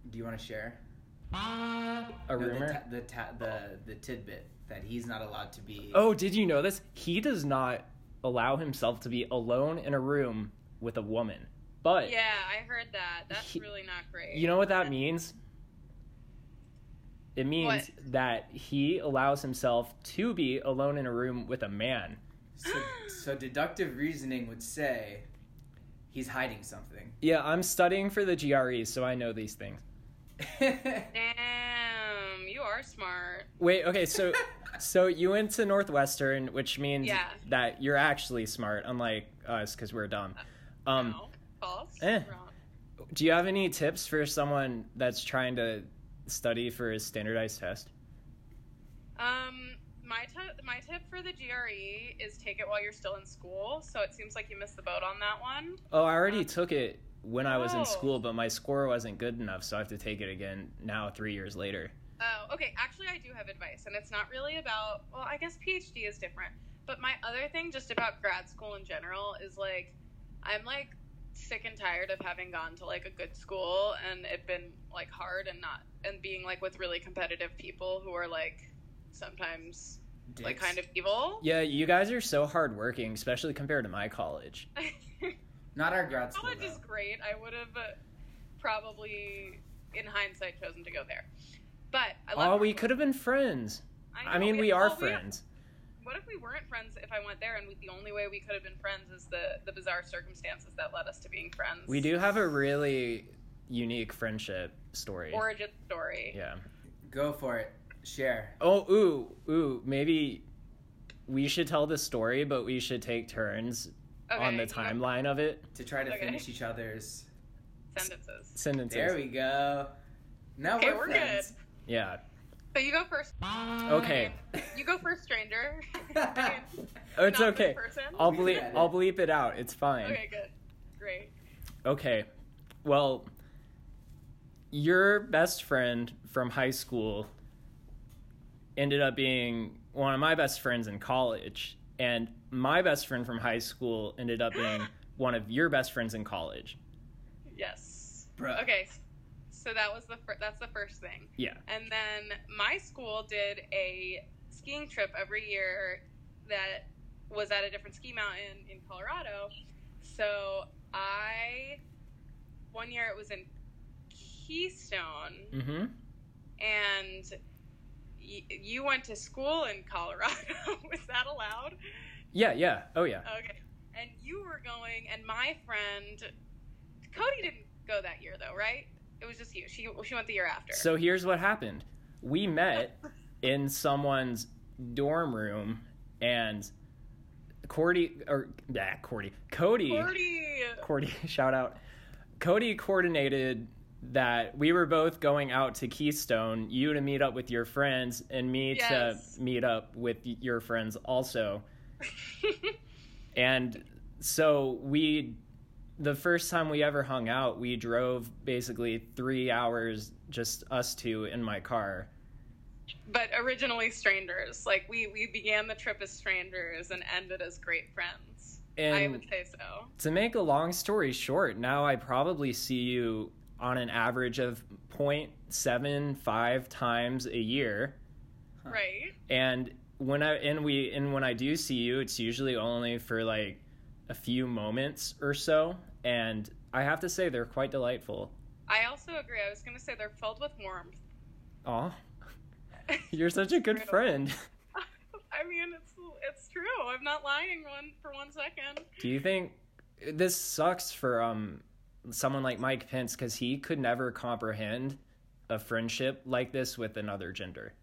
Speaker 3: Do you want to share?
Speaker 1: A
Speaker 3: No,
Speaker 1: rumor?
Speaker 3: The, ta- the, ta- the the tidbit that he's not allowed to be.
Speaker 1: Oh, did you know this? He does not allow himself to be alone in a room with a woman. But
Speaker 4: Yeah, I heard that. That's
Speaker 1: He-
Speaker 4: really not great.
Speaker 1: you know what that means? It means that he allows himself to be alone in a room with a man.
Speaker 3: So, so deductive reasoning would say he's hiding something.
Speaker 1: Yeah, I'm studying for the GRE, so I know these things.
Speaker 4: Damn, you are smart.
Speaker 1: Wait, okay, so so you went to Northwestern, which means
Speaker 4: Yeah.
Speaker 1: that you're actually smart, unlike us because we're dumb. Um,
Speaker 4: Uh, no, false.
Speaker 1: eh.
Speaker 4: Wrong.
Speaker 1: Do you have any tips for someone that's trying to study for a standardized test?
Speaker 4: Um, my tip, my tip for the GRE is take it while you're still in school. So it seems like you missed the boat on that one.
Speaker 1: Oh, I already took it when I was
Speaker 4: Um, Oh.
Speaker 1: in school, but my score wasn't good enough, so I have to take it again now, three years later.
Speaker 4: Oh, okay. Actually, I do have advice, and it's not really about. Well, I guess PhD is different. But my other thing, just about grad school in general, is like, I'm like sick and tired of having gone to like a good school and it been like hard and not and being like with really competitive people who are like sometimes like
Speaker 3: Dicks.
Speaker 4: kind of evil.
Speaker 1: Yeah, you guys are so hardworking, especially compared to my college.
Speaker 3: Not our grad school.
Speaker 4: college
Speaker 3: though.
Speaker 4: is great. I would have uh, probably, in hindsight, chosen to go there. But I love
Speaker 1: Oh,
Speaker 4: our
Speaker 1: we
Speaker 4: college.
Speaker 1: could have been friends.
Speaker 4: know,
Speaker 1: I mean, we are
Speaker 4: well,
Speaker 1: friends.
Speaker 4: what if we weren't friends if I went there and we, the only way we could have been friends is the, the bizarre circumstances that led us to being friends?
Speaker 1: We do have a really unique friendship story.
Speaker 4: Origin story.
Speaker 1: Yeah.
Speaker 3: Go for it. Share.
Speaker 1: Oh, ooh, ooh, maybe we should tell the story, but we should take turns
Speaker 4: Okay,
Speaker 1: on the
Speaker 4: you go-
Speaker 1: timeline of it.
Speaker 3: To try to
Speaker 4: Okay.
Speaker 3: finish each other's
Speaker 4: sentences.
Speaker 1: sentences.
Speaker 3: There we go. Now
Speaker 4: Okay,
Speaker 3: we're,
Speaker 4: we're
Speaker 3: friends.
Speaker 1: Yeah.
Speaker 4: So you go first. Uh,
Speaker 1: Okay.
Speaker 4: You go first, stranger.
Speaker 1: Oh, it's
Speaker 4: Not this
Speaker 1: okay.
Speaker 4: person?
Speaker 1: I'll
Speaker 3: We
Speaker 1: bleep.
Speaker 3: get it.
Speaker 1: I'll bleep it out. It's fine.
Speaker 4: Okay, good. Great.
Speaker 1: Okay. Well, your best friend from high school ended up being one of my best friends in college, and my best friend from high school ended up being one of your best friends in college.
Speaker 4: Yes.
Speaker 3: Bruh.
Speaker 4: Okay. So that was the fir- that's the first thing.
Speaker 1: Yeah.
Speaker 4: And then my school did a skiing trip every year that was at a different ski mountain in Colorado. So I one year it was in Keystone
Speaker 1: Mm-hmm.
Speaker 4: and y- you went to school in Colorado. was that allowed?
Speaker 1: Yeah. Yeah. Oh yeah.
Speaker 4: Okay. And you were going, and my friend Cody didn't go that year, though, right? It was just you. She she went the year after.
Speaker 1: So here's what happened. We met in someone's dorm room and Cordy or yeah, Cordy. Cody
Speaker 4: Cordy.
Speaker 1: Cordy shout out. Cody coordinated that we were both going out to Keystone, you to meet up with your friends and me
Speaker 4: Yes.
Speaker 1: to meet up with y- your friends also. and so we the first time we ever hung out, we drove basically 3 hours just us two in my car.
Speaker 4: But originally strangers. Like we we began the trip as strangers and ended as great friends. I
Speaker 1: And-
Speaker 4: would say so.
Speaker 1: To make a long story short, now I probably see you on an average of 0.75 times a year.
Speaker 4: Right.
Speaker 1: And when I and we and when I do see you, it's usually only for like a few moments or so. And I have to say they're quite delightful.
Speaker 4: I also agree. I was going to say they're filled with warmth.
Speaker 1: Aw. You're such a good
Speaker 4: True.
Speaker 1: friend.
Speaker 4: I mean, it's it's true. I'm not lying one for one second.
Speaker 1: Do you think this sucks for um someone like Mike Pence because he could never comprehend a friendship like this with another gender?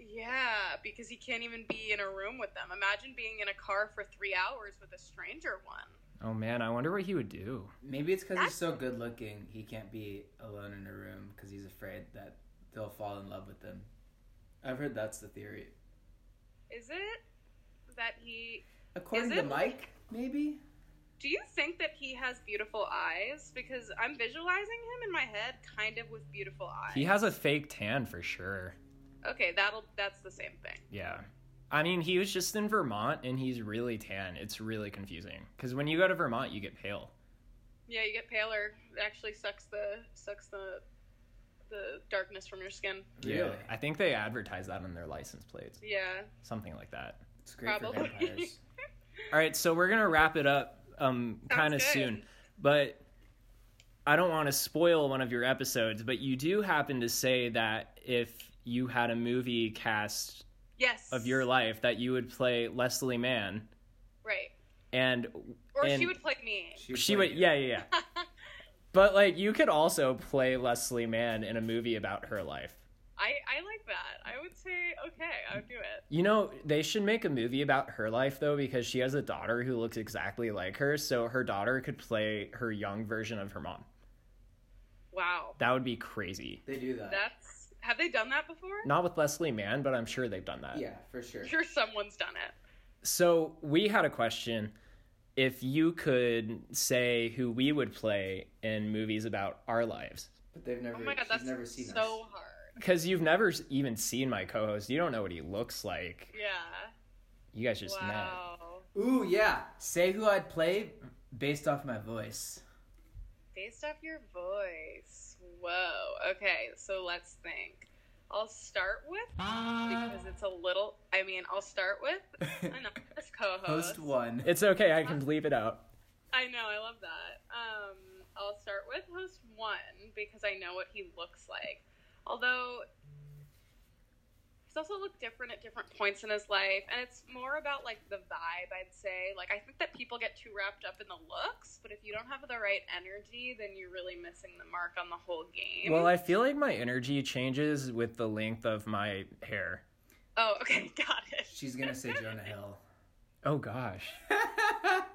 Speaker 4: Yeah, because he can't even be in a room with them. Imagine being in a car for three hours with a stranger one.
Speaker 1: Oh man, I wonder what he would do.
Speaker 3: Maybe it's because he's so good looking, he can't be alone in a room because he's afraid that they'll fall in love with him. I've heard that's the theory.
Speaker 4: Is it that he?
Speaker 3: According
Speaker 4: Is
Speaker 3: to
Speaker 4: it?
Speaker 3: Mike, maybe?
Speaker 4: Do you think that he has beautiful eyes? Because I'm visualizing him in my head, kind of with beautiful eyes.
Speaker 1: He has a fake tan for sure.
Speaker 4: Okay, that'll that's the same thing.
Speaker 1: Yeah. I mean, he was just in Vermont and he's really tan. It's really confusing because when you go to Vermont, you get pale.
Speaker 4: Yeah, you get paler. It actually sucks the sucks the the darkness from your skin.
Speaker 3: Really?
Speaker 1: I think they advertise that on their license plates,
Speaker 4: Yeah.
Speaker 1: something like that.
Speaker 3: It's great
Speaker 4: Probably.
Speaker 3: for vampires.
Speaker 1: All right, so we're gonna wrap it up um,
Speaker 4: Sounds
Speaker 1: kind of
Speaker 4: good.
Speaker 1: soon, but I don't want to spoil one of your episodes. But you do happen to say that if you had a movie cast
Speaker 4: Yes.
Speaker 1: of your life, that you would play Leslie Mann,
Speaker 4: Right.
Speaker 1: and
Speaker 4: Or
Speaker 1: And-
Speaker 4: she would play me.
Speaker 1: she would, yeah, yeah, yeah. but like, you could also play Leslie Mann in a movie about her life.
Speaker 4: I I like that. I would say okay, I would do it.
Speaker 1: You know, they should make a movie about her life though, because she has a daughter who looks exactly like her, so her daughter could play her young version of her mom.
Speaker 4: Wow.
Speaker 1: That would be crazy.
Speaker 3: They do that.
Speaker 4: That's have they done that before?
Speaker 1: Not with Leslie Mann, but I'm sure they've done that.
Speaker 3: Yeah, for sure.
Speaker 4: I'm sure someone's done it.
Speaker 1: So we had a question. If you could say who we would play in movies about our lives,
Speaker 3: But they've never,
Speaker 4: Oh my god,
Speaker 3: she's
Speaker 4: that's
Speaker 3: never seen
Speaker 4: so
Speaker 3: us.
Speaker 4: hard.
Speaker 1: because you've never s- even seen my co host, you don't know what he looks like.
Speaker 4: Yeah.
Speaker 1: You guys just
Speaker 4: wow.
Speaker 3: Ooh, yeah. Say who I'd play based off my voice.
Speaker 4: Based off your voice. Whoa. Okay, so let's think. I'll start with because it's a little I mean, I'll start with anonymous co-host.
Speaker 3: Host one.
Speaker 1: met. It's okay, I can bleep it out.
Speaker 4: I know, I love that. Um, I'll start with host one because I know what he looks like. Although he's also looked different at different points in his life, and it's more about like the vibe, I'd say. Like I think that people get too wrapped up in the looks, but if you don't have the right energy, then you're really missing the mark on the whole game.
Speaker 1: Well, I feel like my energy changes with the length of my hair.
Speaker 4: oh, okay, got it.
Speaker 3: She's gonna say Jonah Hill.
Speaker 1: Oh gosh.
Speaker 4: No,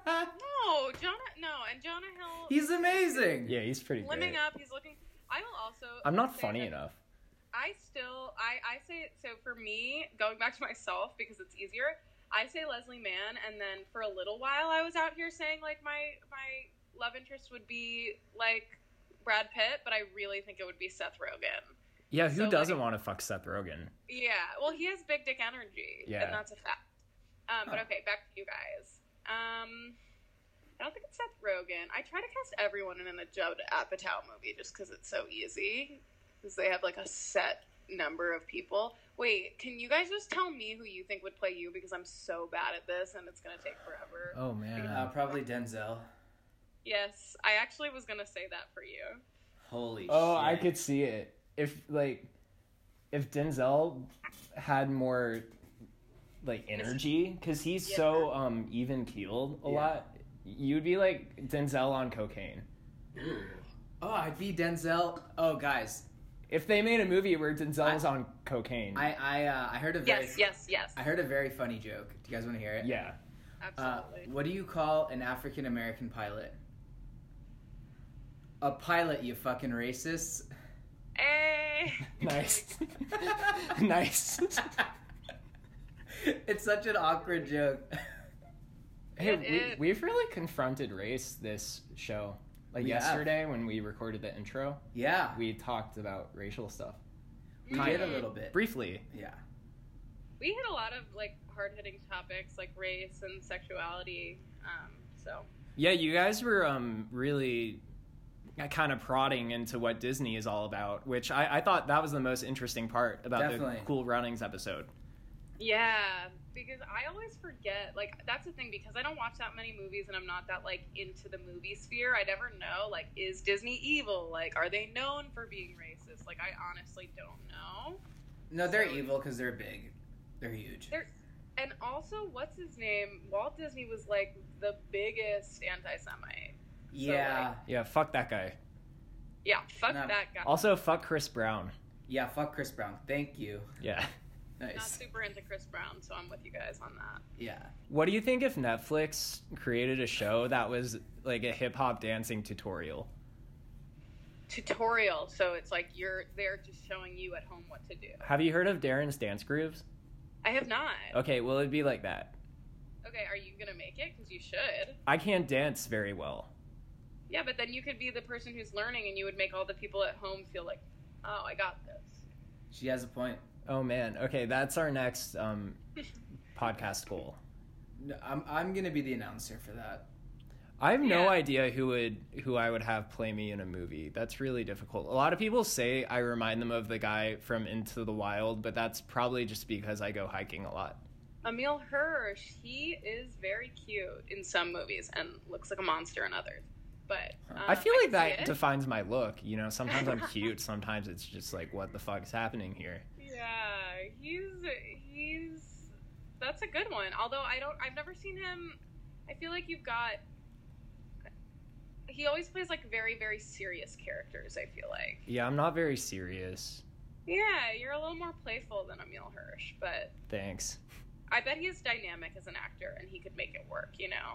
Speaker 4: No, Jonah. No, and Jonah Hill.
Speaker 3: He's amazing.
Speaker 1: Yeah, he's pretty
Speaker 4: limbing
Speaker 1: great.
Speaker 4: up. He's looking. I will also.
Speaker 1: I'm not
Speaker 4: say
Speaker 1: funny
Speaker 4: that
Speaker 1: enough.
Speaker 4: I still, I, I say it. So for me, going back to myself because it's easier. I say Leslie Mann, and then for a little while, I was out here saying like my my love interest would be like Brad Pitt, but I really think it would be Seth Rogen.
Speaker 1: Yeah, who
Speaker 4: So, like-
Speaker 1: doesn't want to fuck Seth Rogen?
Speaker 4: Yeah. Well, he has big dick energy.
Speaker 1: Yeah.
Speaker 4: And that's a fact. Um, but okay, back to you guys. Um, I don't think it's Seth Rogen. I try to cast everyone in an Judd Apatow movie just because it's so easy. Because they have like a set number of people. Wait, can you guys just tell me who you think would play you? Because I'm so bad at this and it's going to take forever.
Speaker 1: Oh man.
Speaker 3: Uh, probably Denzel.
Speaker 4: Yes, I actually was going to say that for you.
Speaker 3: Holy.
Speaker 1: Oh,
Speaker 3: shit.
Speaker 1: I could see it. If like if Denzel had more like energy cuz he's so um even keeled a
Speaker 3: Yeah.
Speaker 1: lot, you'd be like Denzel on cocaine.
Speaker 3: Oh, I'd be Denzel. Oh, guys,
Speaker 1: If they made a movie where Denzel
Speaker 3: I-
Speaker 1: was on cocaine.
Speaker 3: I I uh, I heard a very
Speaker 4: Yes, yes, yes.
Speaker 3: I heard a very funny joke. Do you guys want to hear it?
Speaker 1: yeah.
Speaker 3: Uh,
Speaker 4: Absolutely.
Speaker 3: what do you call an African American pilot? A pilot, you fucking racists.
Speaker 4: hey!
Speaker 1: Nice. nice.
Speaker 3: it's such an awkward joke.
Speaker 1: Hey,
Speaker 4: It is.
Speaker 1: we, we've really confronted race this show. Like
Speaker 3: We have.
Speaker 1: yesterday when we recorded the intro,
Speaker 3: yeah, we
Speaker 1: we talked about racial stuff
Speaker 3: did a little bit.
Speaker 1: briefly.
Speaker 3: Yeah.
Speaker 4: we hit a lot of like hard hitting topics like race and sexuality. Um, so
Speaker 1: Yeah, you guys were um, really kind of prodding into what Disney is all about, which I, I thought that was the most interesting part about
Speaker 3: Definitely.
Speaker 1: the Cool Runnings episode.
Speaker 4: yeah, because I always forget like that's the thing because I don't watch that many movies and I'm not that like into the movie sphere. I never know like is Disney evil? Like are they known for being racist? Like I honestly don't know.
Speaker 3: No, they're
Speaker 4: So-
Speaker 3: evil because they're big. They're huge.
Speaker 4: They're and also what's his name? Walt Disney was like the biggest anti Semite.
Speaker 3: yeah.
Speaker 1: Yeah, fuck that guy.
Speaker 4: Yeah, fuck
Speaker 3: No.
Speaker 4: that guy.
Speaker 1: Also, fuck Chris Brown.
Speaker 3: yeah. Fuck Chris Brown. Thank you.
Speaker 1: Yeah.
Speaker 4: not
Speaker 3: Nice.
Speaker 4: super into Chris Brown, so I'm with you guys on that.
Speaker 3: Yeah.
Speaker 1: What do you think if Netflix created a show that was like a hip hop dancing tutorial?
Speaker 4: tutorial so it's like you're they're just showing you at home what to do
Speaker 1: Have you heard of Darren's Dance Grooves?
Speaker 4: i have not
Speaker 1: Okay, well, it'd be like that.
Speaker 4: okay are you gonna make it because you should
Speaker 1: I can't dance very well.
Speaker 4: yeah but then you could be the person who's learning and you would make all the people at home feel like oh i got this
Speaker 3: She has a point.
Speaker 1: Oh, man. Okay, that's our next um, podcast goal.
Speaker 3: No, I'm I'm gonna be the announcer for that.
Speaker 1: I have no
Speaker 4: Yeah.
Speaker 1: idea who would who I would have play me in a movie. That's really difficult. A lot of people say I remind them of the guy from Into the Wild, but that's probably just because I go hiking a lot.
Speaker 4: emil hirsch he is very cute in some movies and looks like a monster in others but um,
Speaker 1: I feel like
Speaker 4: can see
Speaker 1: that
Speaker 4: it.
Speaker 1: defines my look. You know, sometimes I'm cute, sometimes it's just like what the fuck's happening here.
Speaker 4: Yeah, he's he's that's a good one. Although I don't, I've never seen him. I feel like you've got. He always plays like very very serious characters. I feel like.
Speaker 1: Yeah, I'm not very serious.
Speaker 4: Yeah, you're a little more playful than Emil Hirsch, but
Speaker 1: Thanks.
Speaker 4: I bet he's dynamic as an actor and he could make it work. You know.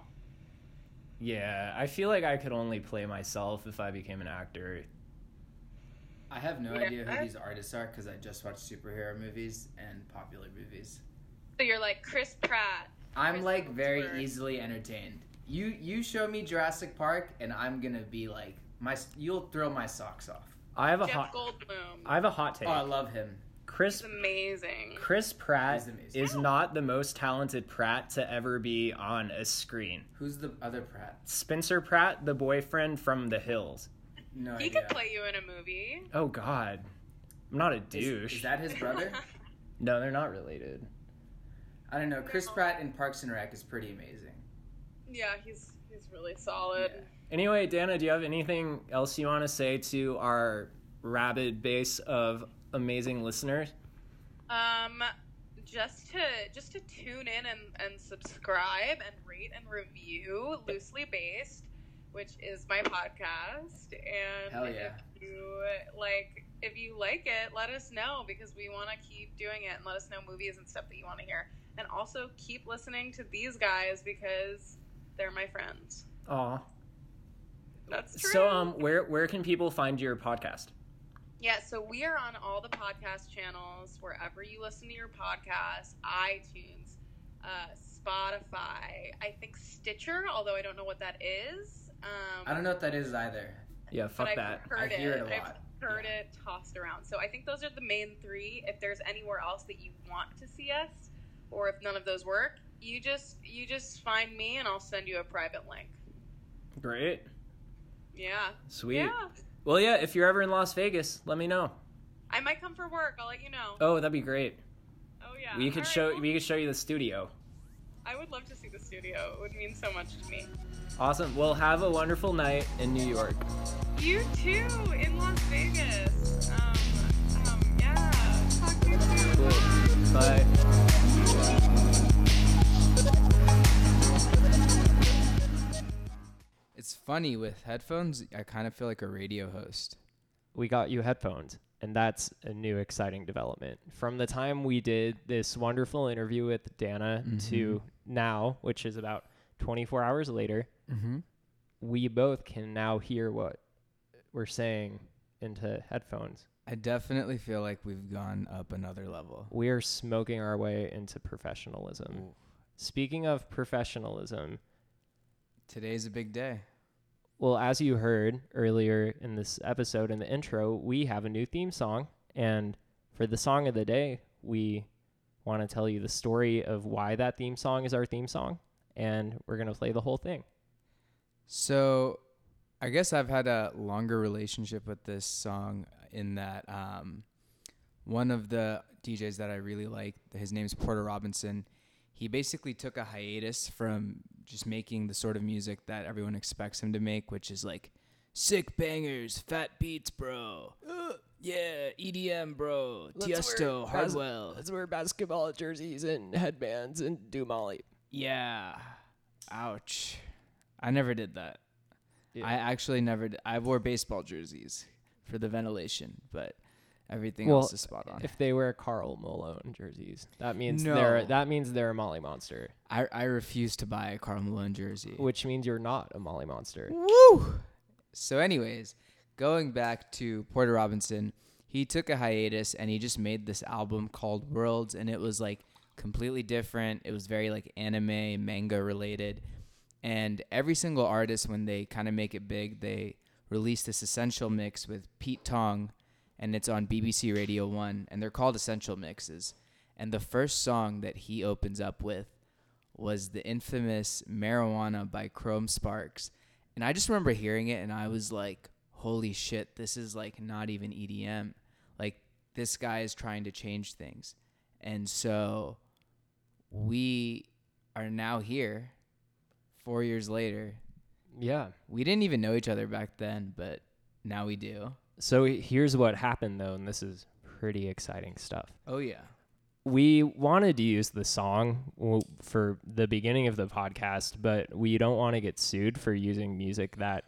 Speaker 1: Yeah, I feel like I could only play myself if I became an actor.
Speaker 3: I have no
Speaker 4: Yeah.
Speaker 3: idea who these artists are because I just watch superhero movies and popular movies.
Speaker 4: So you're like Chris Pratt.
Speaker 3: I'm
Speaker 4: Chris
Speaker 3: like very
Speaker 4: Hemsworth.
Speaker 3: easily entertained. You you show me Jurassic Park and I'm gonna be like my you'll throw my socks off.
Speaker 1: I have a
Speaker 4: Jeff
Speaker 1: hot
Speaker 4: Goldblum.
Speaker 1: I have a hot take.
Speaker 3: Oh, I love him.
Speaker 1: Chris
Speaker 4: he's amazing.
Speaker 1: Chris Pratt
Speaker 3: He's amazing.
Speaker 1: is not the most talented Pratt to ever be on a screen.
Speaker 3: Who's the other Pratt?
Speaker 1: Spencer Pratt, the boyfriend from The Hills.
Speaker 3: No
Speaker 4: He
Speaker 3: idea.
Speaker 4: could play you in a movie.
Speaker 1: Oh God, I'm not a
Speaker 3: Is-
Speaker 1: douche.
Speaker 3: Is, that his brother?
Speaker 1: No, they're not related.
Speaker 3: I don't know. Chris Pratt in Parks and Rec is pretty amazing.
Speaker 4: yeah, he's he's really solid.
Speaker 3: Yeah.
Speaker 1: Anyway, Dana, do you have anything else you want to say to our rabid base of amazing listeners?
Speaker 4: Um, just to just to tune in and, and subscribe and rate and review loosely based, which is my podcast. And
Speaker 3: Hell yeah.
Speaker 4: if you like if you like it, let us know because we want to keep doing it and let us know movies and stuff that you want to hear. And also keep listening to these guys because they're my friends.
Speaker 5: Aw.
Speaker 4: That's true.
Speaker 5: So um, where where can people find your podcast?
Speaker 4: Yeah, so we are on all the podcast channels, wherever you listen to your podcast, iTunes, uh, Spotify, I think Stitcher, although I don't know what that is. Um,
Speaker 3: I don't know what that is either.
Speaker 5: Yeah,
Speaker 4: but
Speaker 5: fuck
Speaker 4: I've
Speaker 5: that.
Speaker 4: heard
Speaker 3: I hear it a
Speaker 4: I've
Speaker 3: lot.
Speaker 4: heard it tossed around. So I think those are the main three. If there's anywhere else that you want to see us, or if none of those work, you just you just find me and I'll send you a private link.
Speaker 5: Great.
Speaker 4: Yeah.
Speaker 5: Sweet.
Speaker 4: Yeah.
Speaker 5: Well, yeah, if you're ever in Las Vegas, let me know.
Speaker 4: I might come for work. I'll let you know.
Speaker 5: Oh, that'd be great.
Speaker 4: Oh yeah.
Speaker 5: We could
Speaker 4: All right,
Speaker 5: show
Speaker 4: well,
Speaker 5: we could show you the studio.
Speaker 4: I would love to see the studio. It would mean so much to me.
Speaker 5: Awesome. Well, have a wonderful night in New York.
Speaker 4: You too in Las Vegas. Um, um, yeah. Talk to you soon.
Speaker 5: Cool.
Speaker 4: Bye.
Speaker 5: Bye.
Speaker 3: It's funny with headphones. I kind of feel like a radio host.
Speaker 1: we got you headphones. And that's a new exciting development. From the time we did this wonderful interview with Dana to now, which is about 24 hours later, we both can now hear what we're saying into headphones.
Speaker 3: I definitely feel like we've gone up another level.
Speaker 1: We are smoking our way into professionalism. Speaking of professionalism,
Speaker 3: Today's a big day.
Speaker 1: Well, as you heard earlier in this episode in the intro, we have a new theme song. And for the song of the day, we want to tell you the story of why that theme song is our theme song. And we're going to play the whole thing.
Speaker 3: So, I guess I've had a longer relationship with this song in that um, one of the DJs that I really like, his name's Porter Robinson. He basically took a hiatus from just making the sort of music that everyone expects him to make, which is like sick bangers, fat beats, bro. Uh, yeah, EDM, bro. Tiesto, Hardwell.
Speaker 1: wear basketball jerseys and headbands and do Molly.
Speaker 3: Yeah. Ouch. I never did that.
Speaker 1: Yeah.
Speaker 3: I actually never. D- I wore baseball jerseys for the ventilation, but everything
Speaker 1: Well,
Speaker 3: else is spot on.
Speaker 1: If they wear Carl Malone jerseys, that means
Speaker 3: No.
Speaker 1: they're that means they're a Molly monster,
Speaker 3: I I refuse to buy a Carl Malone jersey.
Speaker 1: which means you're not a Molly monster.
Speaker 3: Woo! So, anyways, going back to Porter Robinson, he took a hiatus and he just made this album called Worlds, and it was like completely different. It was very like anime, manga related. And every single artist, when they kind of make it big, they release this essential mix with Pete Tong, and it's on BBC Radio 1, and they're called Essential Mixes. And the first song that he opens up with was the infamous Marijuana by Chrome Sparks. And I just remember hearing it and I was like, holy shit, this is like not even EDM. Like, this guy is trying to change things. And so we are now here four years later.
Speaker 1: Yeah.
Speaker 3: We didn't even know each other back then, but now we do.
Speaker 1: So here's what happened though, and this is pretty exciting stuff.
Speaker 3: Oh, yeah.
Speaker 1: we wanted to use the song w- for the beginning of the podcast, but we don't want to get sued for using music that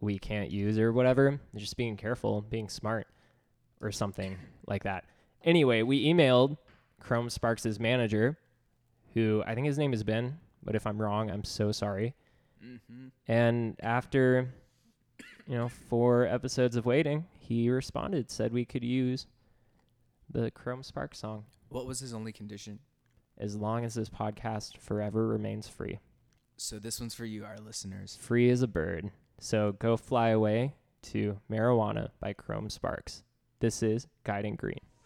Speaker 1: we can't use or whatever. Just being careful, being smart, or something like that. Anyway, we emailed Chrome Sparks' manager, who I think his name is Ben, but if I'm wrong, I'm so sorry. And after, you know, four episodes of waiting, he responded, said we could use the Chrome Sparks song
Speaker 3: What was his only condition?
Speaker 1: as long as this podcast forever remains free.
Speaker 3: So, this one's for you, our listeners.
Speaker 1: Free as a bird. So go fly away to Marijuana by Chrome Sparks. This is Guiding Green.